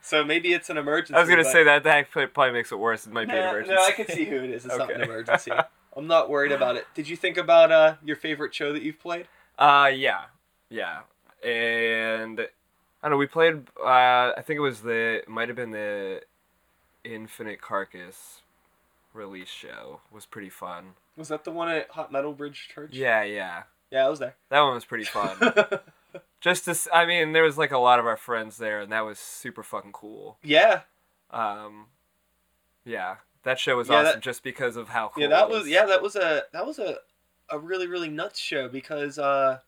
Speaker 1: So maybe it's an emergency.
Speaker 2: I was gonna
Speaker 1: but-
Speaker 2: say that that actually probably makes it worse. It might be an
Speaker 1: Nah,
Speaker 2: emergency.
Speaker 1: No, I can see who it is. It's not an
Speaker 2: Okay.
Speaker 1: emergency. I'm not worried about it. Did you think about uh, your favorite show that you've played?
Speaker 2: Uh, yeah, yeah, and I don't know. We played. Uh, I think it was the it might have been the Infinite Carcass release show. Was pretty fun.
Speaker 1: Was that the one at Hot Metal Bridge Church?
Speaker 2: Yeah, Um, yeah,
Speaker 1: Yeah, I was there.
Speaker 2: that one was pretty fun. Just to, s- I mean, there was like a lot of our friends there, and that was super fucking cool.
Speaker 1: yeah.
Speaker 2: Um, yeah, that show was
Speaker 1: Yeah,
Speaker 2: awesome
Speaker 1: that-
Speaker 2: just because of how cool.
Speaker 1: Yeah,
Speaker 2: it
Speaker 1: that was yeah, that was a that was a a really really nuts show because uh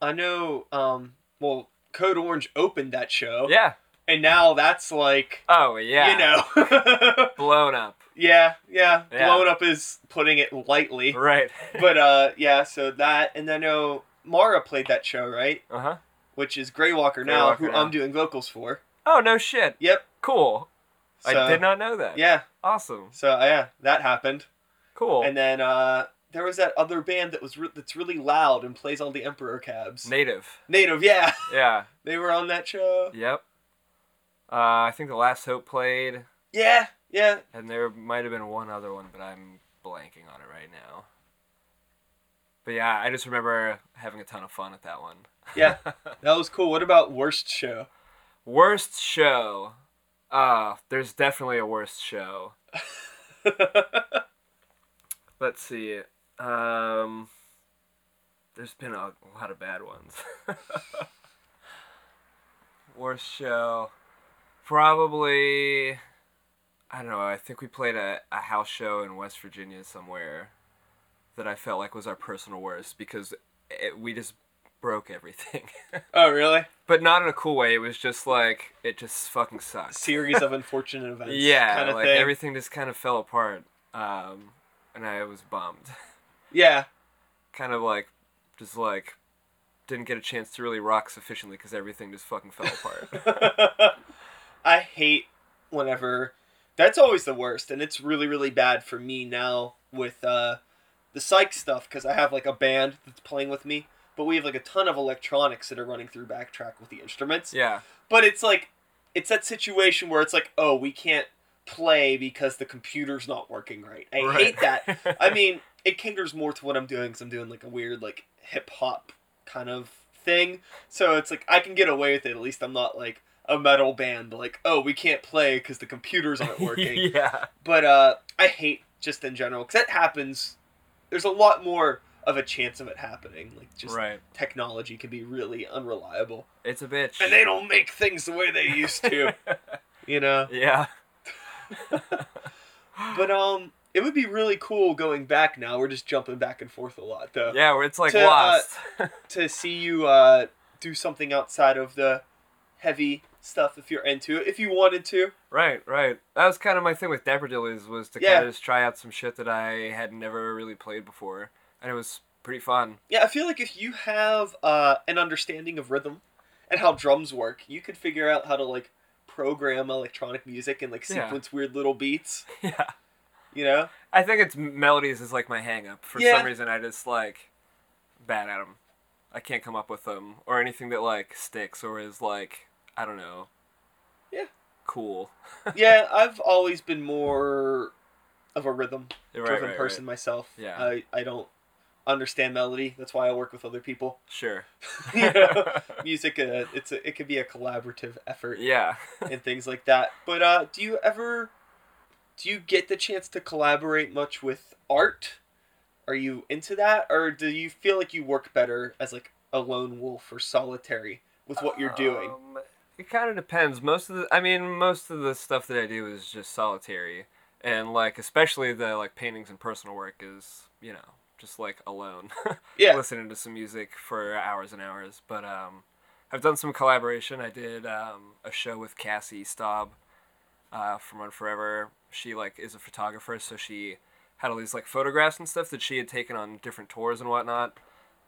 Speaker 1: I know um well Code Orange opened that show
Speaker 2: Yeah.
Speaker 1: and now that's like
Speaker 2: Oh yeah.
Speaker 1: you know
Speaker 2: Blown up.
Speaker 1: yeah, yeah
Speaker 2: Yeah.
Speaker 1: blown up is putting it lightly
Speaker 2: Right.
Speaker 1: but uh yeah so that and I know Mara played that show right
Speaker 2: uh huh.
Speaker 1: which is Grey Walker now
Speaker 2: Walker
Speaker 1: who
Speaker 2: now.
Speaker 1: I'm doing vocals for
Speaker 2: Oh no shit.
Speaker 1: yep
Speaker 2: Cool.
Speaker 1: so-
Speaker 2: I did not know that.
Speaker 1: yeah
Speaker 2: Awesome.
Speaker 1: so uh, yeah that happened
Speaker 2: Cool.
Speaker 1: and then uh there was that other band that was re- that's really loud and plays all the Emperor cabs.
Speaker 2: Native.
Speaker 1: Native, yeah.
Speaker 2: Yeah.
Speaker 1: They were on that show.
Speaker 2: Yep. Uh, I think the Last Hope played,
Speaker 1: Yeah, yeah.
Speaker 2: and there might have been one other one, but I'm blanking on it right now. But yeah, I just remember having a ton of fun at that one.
Speaker 1: Yeah. That was cool. What about worst show?
Speaker 2: worst show. Ah, there's definitely a worst show.
Speaker 1: Oh,
Speaker 2: Let's see. Um, there's been a lot of bad ones. Worst show, probably. I don't know. I think we played a, a house show in West Virginia somewhere that I felt like was our personal worst because it, we just broke everything,
Speaker 1: oh, really?
Speaker 2: but not in a cool way. It was just like it just fucking sucks
Speaker 1: Series of unfortunate events.
Speaker 2: yeah,
Speaker 1: kind of
Speaker 2: like
Speaker 1: thing.
Speaker 2: everything just kind of fell apart, um, and I was bummed.
Speaker 1: Yeah,
Speaker 2: kind of like, just like, didn't get a chance to really rock sufficiently because everything just fucking fell apart.
Speaker 1: I hate whenever. That's always the worst, and it's really really bad for me now with uh, the psych stuff because I have like a band that's playing with me, but we have like a ton of electronics that are running through backtrack with the instruments.
Speaker 2: yeah,
Speaker 1: but it's like it's that situation where it's like oh we can't play because the computer's not working right i
Speaker 2: Right.
Speaker 1: hate that i mean it caters more to what i'm doing because i'm doing like a weird like hip hop kind of thing so it's like i can get away with it at least i'm not like a metal band like oh we can't play because the computers aren't working
Speaker 2: yeah,
Speaker 1: but uh i hate just in general because that happens there's a lot more of a chance of it happening like just
Speaker 2: right.
Speaker 1: technology can be really unreliable
Speaker 2: It's a bitch.
Speaker 1: and they don't make things the way they used to, you know.
Speaker 2: yeah,
Speaker 1: But um, it would be really cool going back. Now we're just jumping back and forth a lot though.
Speaker 2: yeah. Where it's like
Speaker 1: To, uh,
Speaker 2: lost.
Speaker 1: To see you uh do something outside of the heavy stuff if you're into it, if you wanted to.
Speaker 2: right, right. That was kind of my thing with Dapper Dillies was to
Speaker 1: Yeah.
Speaker 2: kind of just try out some shit that I had never really played before, and it was pretty fun.
Speaker 1: Yeah, I feel like if you have uh an understanding of rhythm and how drums work, you could figure out how to like program electronic music and like
Speaker 2: Yeah.
Speaker 1: sequence weird little beats.
Speaker 2: Yeah.
Speaker 1: You know?
Speaker 2: I think it's melodies is like my hang up. For
Speaker 1: Yeah.
Speaker 2: some reason, I just like bad at them. I can't come up with them or anything that like sticks or is like I don't know.
Speaker 1: Yeah.
Speaker 2: Cool.
Speaker 1: yeah, I've always been more of a rhythm
Speaker 2: Right,
Speaker 1: driven
Speaker 2: right, right.
Speaker 1: person myself.
Speaker 2: Yeah.
Speaker 1: I, I don't understand melody. That's why I work with other people.
Speaker 2: Sure.
Speaker 1: you know? Music uh, it's a, it could be a collaborative effort
Speaker 2: yeah.
Speaker 1: and things like that. But uh, do you ever do you get the chance to collaborate much with art? Are you into that or do you feel like you work better as like a lone wolf or solitary with what you're doing?
Speaker 2: Um, it kind of depends. Most of the, I mean, most of the stuff that I do is just solitary, and like especially the like paintings and personal work is you know just like alone,
Speaker 1: Yeah.
Speaker 2: listening to some music for hours and hours. But um, I've done some collaboration. I did um, a show with Cassie Staub uh, from Run Forever. She like is a photographer, so she had all these like photographs and stuff that she had taken on different tours and whatnot,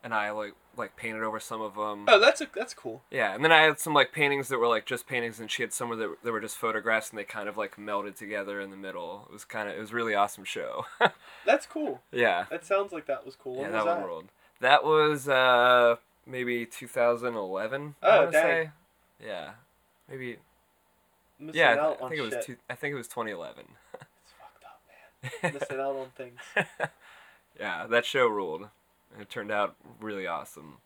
Speaker 2: and I like like painted over some of them.
Speaker 1: Oh, that's a, that's cool.
Speaker 2: Yeah, and then I had some like paintings that were like just paintings, and she had some that that were just photographs, and they kind of like melded together in the middle. It was kind of it was a really awesome show.
Speaker 1: That's cool.
Speaker 2: yeah,
Speaker 1: That sounds like that was cool. When
Speaker 2: yeah,
Speaker 1: was
Speaker 2: that one rolled. That was uh maybe 2011.
Speaker 1: Oh,
Speaker 2: I wanna
Speaker 1: dang.
Speaker 2: say. Yeah, maybe.
Speaker 1: Missing
Speaker 2: Yeah, I,
Speaker 1: out
Speaker 2: th- I
Speaker 1: on
Speaker 2: think it
Speaker 1: shit.
Speaker 2: was. Two, I think it was 2011.
Speaker 1: It's fucked up, man. Missing out on things.
Speaker 2: yeah, that show ruled, and it turned out really awesome.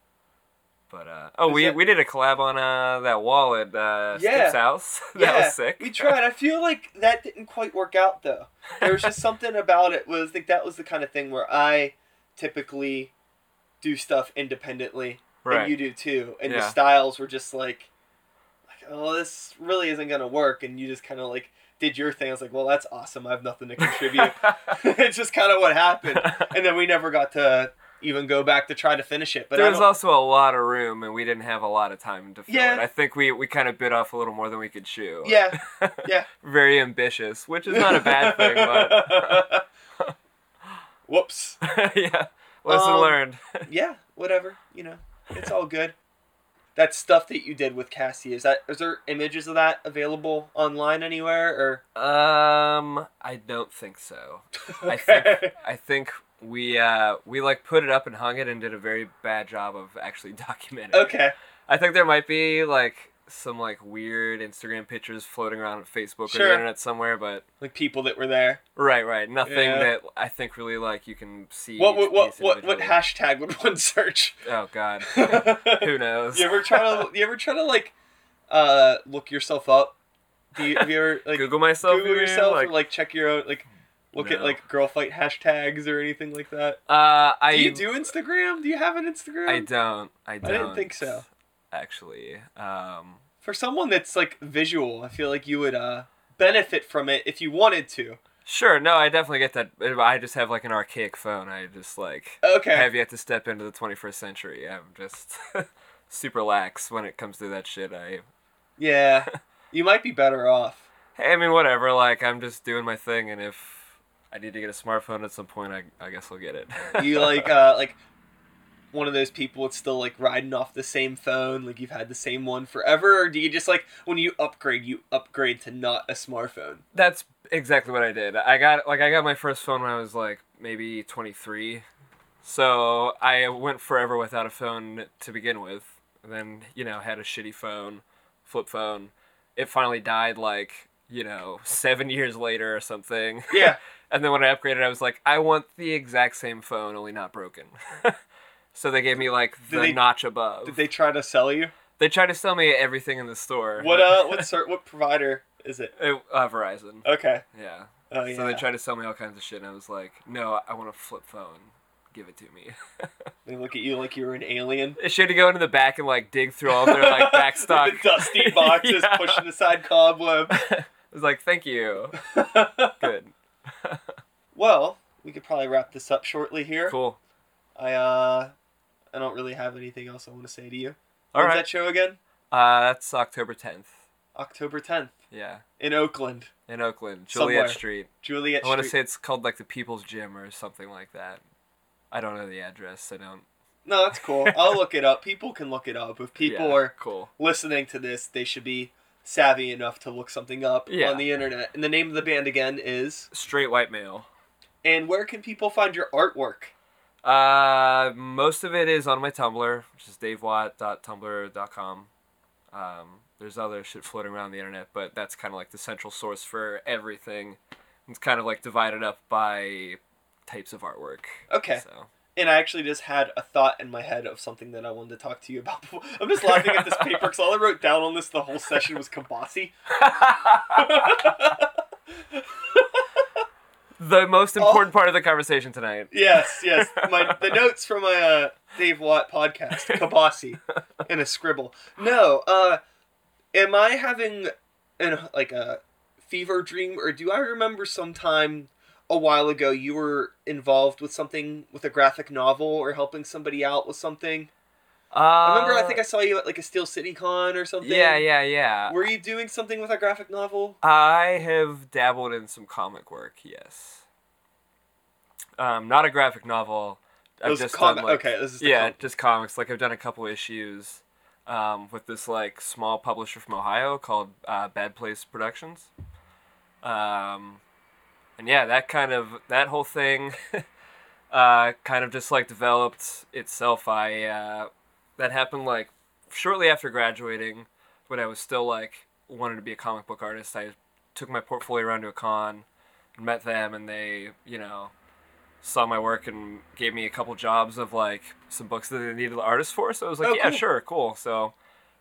Speaker 2: But uh, oh,
Speaker 1: Is
Speaker 2: we
Speaker 1: that-
Speaker 2: we did a collab on uh that wall at uh,
Speaker 1: Yeah.
Speaker 2: Skip's house. that was sick.
Speaker 1: We tried. I feel like that didn't quite work out though. There was just something about it was like that was the kind of thing where I typically do stuff independently
Speaker 2: right.
Speaker 1: and you do too. And the
Speaker 2: Yeah.
Speaker 1: styles were just like like oh this really isn't going to work and you just kind of like did your thing. I was like, "Well, that's awesome. I have nothing to contribute." it's just kind of what happened. And then we never got to even go back to try to finish it. But I
Speaker 2: there was
Speaker 1: don't-
Speaker 2: also a lot of room, and we didn't have a lot of time to fill
Speaker 1: Yeah.
Speaker 2: it. I think we, we kind of bit off a little more than we could chew.
Speaker 1: Yeah, yeah.
Speaker 2: Very ambitious, which is not a bad thing, but
Speaker 1: Whoops.
Speaker 2: yeah, lesson
Speaker 1: Um,
Speaker 2: learned.
Speaker 1: Yeah, whatever. You know, it's all good. That stuff that you did with Cassie is that is there images of that available online anywhere or?
Speaker 2: Um, I don't think so. I
Speaker 1: Okay.
Speaker 2: think I think we uh we like put it up and hung it and did a very bad job of actually documenting. it.
Speaker 1: Okay.
Speaker 2: I think there might be like some like weird Instagram pictures floating around on Facebook or
Speaker 1: Sure.
Speaker 2: the internet somewhere, but
Speaker 1: Like people that were there.
Speaker 2: Right, right. Nothing
Speaker 1: Yeah.
Speaker 2: that I think really like you can see.
Speaker 1: What what
Speaker 2: each
Speaker 1: what
Speaker 2: piece
Speaker 1: what, what
Speaker 2: individually.
Speaker 1: hashtag would one search?
Speaker 2: Oh God,
Speaker 1: you
Speaker 2: who knows?
Speaker 1: ever try to you ever try to like uh look yourself up? Do you, have you ever like
Speaker 2: Google myself.
Speaker 1: Google
Speaker 2: you mean?
Speaker 1: yourself
Speaker 2: Like,
Speaker 1: or like check your own like look at
Speaker 2: No.
Speaker 1: like girl fight hashtags or anything like that?
Speaker 2: uh, I
Speaker 1: Do you do Instagram? Do you have an Instagram?
Speaker 2: I don't. I don't.
Speaker 1: didn't think so.
Speaker 2: Actually, um,
Speaker 1: for someone that's like visual, I feel like you would uh benefit from it if you wanted to.
Speaker 2: sure. No, I definitely get that. I just have like an archaic phone. I just like
Speaker 1: Okay.
Speaker 2: have yet to step into the 21st century. I'm just super lax when it comes to that shit. I.
Speaker 1: yeah. You might be better off.
Speaker 2: I mean, whatever. Like, I'm just doing my thing, and if I need to get a smartphone at some point, I, I guess I'll get it.
Speaker 1: You like uh like one of those people that's still like riding off the same phone, like you've had the same one forever, or do you just like when you upgrade, you upgrade to not a smartphone?
Speaker 2: That's exactly what I did. I got like I got my first phone when I was like maybe 23. So I went forever without a phone to begin with. And then, you know, had a shitty phone, flip phone. It finally died like, you know, 7 years later or something.
Speaker 1: Yeah.
Speaker 2: and then when I upgraded, I was like, I want the exact same phone, only not broken. so they gave me like the
Speaker 1: they-
Speaker 2: notch above.
Speaker 1: Did
Speaker 2: they...
Speaker 1: they try to sell you?
Speaker 2: tried to sell me everything in the store.
Speaker 1: What uh what cert what provider is it?
Speaker 2: It- uh Verizon.
Speaker 1: Okay.
Speaker 2: Yeah.
Speaker 1: Oh yeah.
Speaker 2: So they tried to sell me all kinds of shit, and I was like, no, I want a flip phone. Give it to me.
Speaker 1: They look at you like you were an alien.
Speaker 2: she had to go into the back and like dig through all of their like back stock.
Speaker 1: the dusty boxes
Speaker 2: Yeah.
Speaker 1: pushing aside cobwebs.
Speaker 2: I was like, thank you. Good.
Speaker 1: Well, we could probably wrap this up shortly here.
Speaker 2: Cool.
Speaker 1: I uh I don't really have anything else I want to say to you.
Speaker 2: All
Speaker 1: When's
Speaker 2: right.
Speaker 1: that show again?
Speaker 2: Uh, that's October 10th.
Speaker 1: October 10th
Speaker 2: Yeah.
Speaker 1: in Oakland,
Speaker 2: In Oakland, Juliet
Speaker 1: Somewhere.
Speaker 2: Street.
Speaker 1: Juliet
Speaker 2: I want to
Speaker 1: Street.
Speaker 2: say it's called like the People's Gym or something like that. I don't know the address. I don't.
Speaker 1: No, that's cool. I'll look it up. People can look it up. If people
Speaker 2: Yeah,
Speaker 1: are
Speaker 2: cool.
Speaker 1: listening to this, they should be savvy enough to look something up
Speaker 2: Yeah.
Speaker 1: on the internet. And the name of the band again is.
Speaker 2: Straight white male.
Speaker 1: And where can people find your artwork?
Speaker 2: Uh, most of it is on my Tumblr, which is davewatt.tumblr.com. Um, there's other shit floating around the internet, but that's kind of like the central source for everything. It's kind of like divided up by types of artwork.
Speaker 1: Okay.
Speaker 2: So.
Speaker 1: And I actually just had a thought in my head of something that I wanted to talk to you about. Before. I'm just laughing at this paper because all I wrote down on this the whole session was kielbasi.
Speaker 2: the most
Speaker 1: Oh.
Speaker 2: important part of the conversation tonight.
Speaker 1: Yes, yes. My the notes from my uh, Dave Watt podcast, Kabasi, and a scribble. No, uh, am I having an like a fever dream, or do I remember sometime a while ago you were involved with something with a graphic novel or helping somebody out with something?
Speaker 2: Uh,
Speaker 1: I remember I think I saw you at like a Steel City Con or something.
Speaker 2: Yeah, yeah, yeah.
Speaker 1: Were you doing something with a graphic novel?
Speaker 2: I have dabbled in some comic work, yes. Um, not a graphic novel. I've
Speaker 1: Those
Speaker 2: just
Speaker 1: comi-
Speaker 2: done, like,
Speaker 1: okay, this is the
Speaker 2: yeah,
Speaker 1: com-
Speaker 2: just comics. Like I've done a couple issues um, with this like small publisher from Ohio called uh, Bad Place Productions. Um, and yeah, that kind of that whole thing, uh, kind of just like developed itself. I uh, that happened like shortly after graduating, when I was still like wanted to be a comic book artist. I took my portfolio around to a con, and met them, and they you know saw my work and gave me a couple jobs of like some books that they needed artists for. So I was like,
Speaker 1: Oh,
Speaker 2: yeah,
Speaker 1: cool.
Speaker 2: sure, cool. So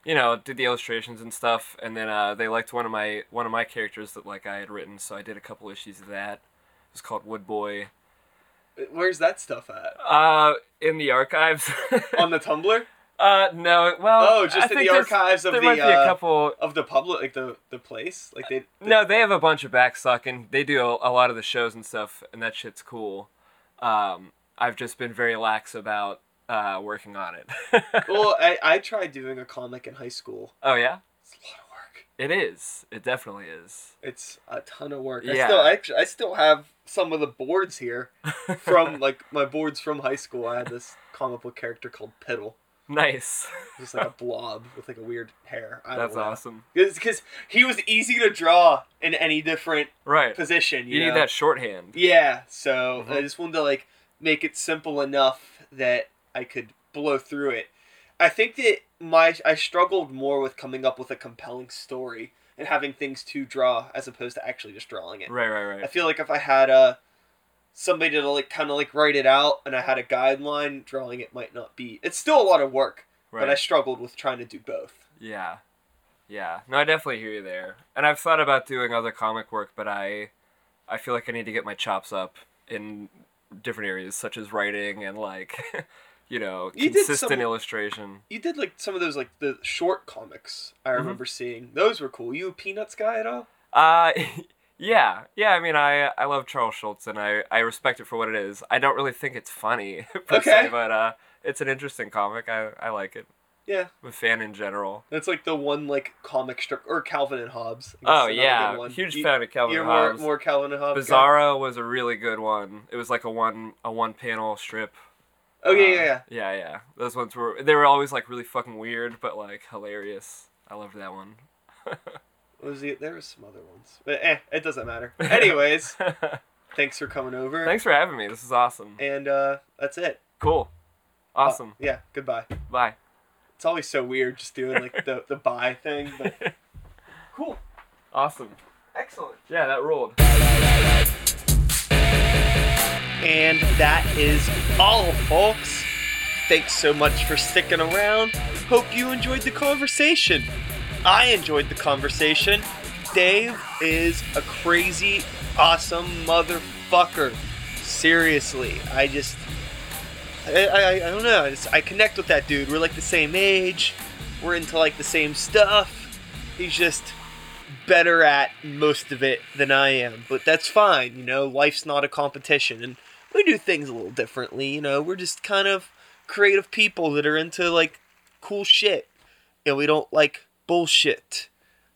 Speaker 2: you know, did the illustrations and stuff, and then uh, they liked one of my one of my characters that like I had written, so I did a couple issues of that. It was called Wood Boy.
Speaker 1: Where's that stuff at?
Speaker 2: Uh, in the archives.
Speaker 1: On the Tumblr
Speaker 2: uh, no, well,
Speaker 1: Oh, just
Speaker 2: I
Speaker 1: in the
Speaker 2: think there's-
Speaker 1: archives of
Speaker 2: there
Speaker 1: the,
Speaker 2: might be a
Speaker 1: uh,
Speaker 2: couple.
Speaker 1: of the public, like the the place, like they.
Speaker 2: No, they have a bunch of backsucking. They do a, a lot of the shows and stuff, and that shit's cool. Um, I've just been very lax about uh, working on it.
Speaker 1: well, I, I tried doing a comic in high school.
Speaker 2: oh yeah,
Speaker 1: It's a lot of work.
Speaker 2: it is. It definitely is.
Speaker 1: It's a ton of work. I
Speaker 2: Yeah.
Speaker 1: still actually I still have some of the boards here from like my boards from high school. I had this comic book character called Piddle,
Speaker 2: Nice.
Speaker 1: just like a blob with like a weird hair. I
Speaker 2: That's
Speaker 1: don't know.
Speaker 2: awesome.
Speaker 1: Because he was easy to draw in any different
Speaker 2: Right.
Speaker 1: position. You,
Speaker 2: You
Speaker 1: know?
Speaker 2: need that shorthand.
Speaker 1: Yeah, so I
Speaker 2: Mhm.
Speaker 1: just wanted to like make it simple enough that I could blow through it. I think that my I struggled more with coming up with a compelling story and having things to draw as opposed to actually just drawing it.
Speaker 2: Right, right,
Speaker 1: I
Speaker 2: right.
Speaker 1: feel like if I had uh somebody to like kind of like write it out and I had a guideline, drawing it might not be. It's still a lot of work,
Speaker 2: Right.
Speaker 1: but I struggled with trying to do both.
Speaker 2: yeah. Yeah. No, I definitely hear you there. And I've thought about doing other comic work, but I I feel like I need to get my chops up in different areas such as writing and like you know,
Speaker 1: You did
Speaker 2: consistent
Speaker 1: some-
Speaker 2: illustration.
Speaker 1: You did like some of those like the short comics I
Speaker 2: Mm-hmm.
Speaker 1: remember seeing. Those were cool. You a Peanuts guy at all?
Speaker 2: Uh yeah. Yeah, I mean I I love Charles Schultz and I I respect it for what it is. I don't really think it's funny per
Speaker 1: Okay.
Speaker 2: se, but uh it's an interesting comic. I I like it.
Speaker 1: Yeah.
Speaker 2: I'm a fan in general.
Speaker 1: That's like the one like comic strip or Calvin and Hobbes. I guess
Speaker 2: Oh
Speaker 1: another good
Speaker 2: yeah,
Speaker 1: one.
Speaker 2: huge
Speaker 1: You-
Speaker 2: fan of Calvin
Speaker 1: You're
Speaker 2: Hobbes.
Speaker 1: more more Calvin and Hobbes. guy?
Speaker 2: Bizarro was a really good one. It was like a one a one panel strip.
Speaker 1: Oh yeah,
Speaker 2: Uh,
Speaker 1: yeah, yeah.
Speaker 2: yeah, yeah. Those ones were they were always like really fucking weird, but like hilarious. I loved that one.
Speaker 1: What was the, there was some other ones, but eh, it doesn't matter. Anyways, thanks for coming over.
Speaker 2: Thanks for having me. This is awesome.
Speaker 1: And uh, that's it.
Speaker 2: Cool.
Speaker 1: Uh,
Speaker 2: Awesome.
Speaker 1: yeah. Goodbye.
Speaker 2: Bye.
Speaker 1: It's always so weird just doing like the the bye thing. But cool.
Speaker 2: Awesome.
Speaker 1: Excellent.
Speaker 2: Yeah, that rolled.
Speaker 1: And that is all, folks. Thanks so much for sticking around. Hope you enjoyed the conversation. I enjoyed the conversation. Dave is a crazy, awesome motherfucker. Seriously, I just. I, I, I don't know. I, just, I connect with that dude. We're like the same age. We're into like the same stuff. He's just better at most of it than I am, but that's fine. You know, life's not a competition, and we do things a little differently. You know, we're just kind of creative people that are into like cool shit, and we don't like bullshit.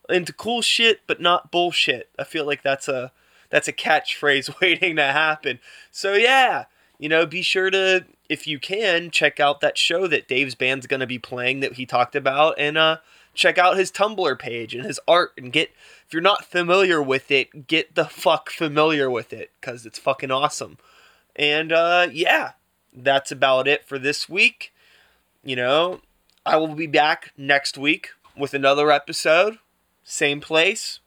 Speaker 1: Into cool shit, but not bullshit. I feel like that's a that's a catchphrase waiting to happen. So yeah, you know, be sure to if you can check out that show that Dave's band's gonna be playing that he talked about, and uh, check out his Tumblr page and his art and get if you're not familiar with it, get the fuck familiar with it cuz it's fucking awesome. And uh yeah, that's about it for this week. You know, I will be back next week with another episode, same place,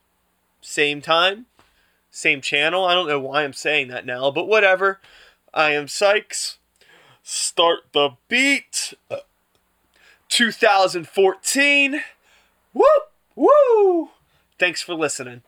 Speaker 1: same time, same channel. I don't know why I'm saying that now, but whatever. I am Sykes. Start the beat. 2014. Woo! Woo! Thanks for listening.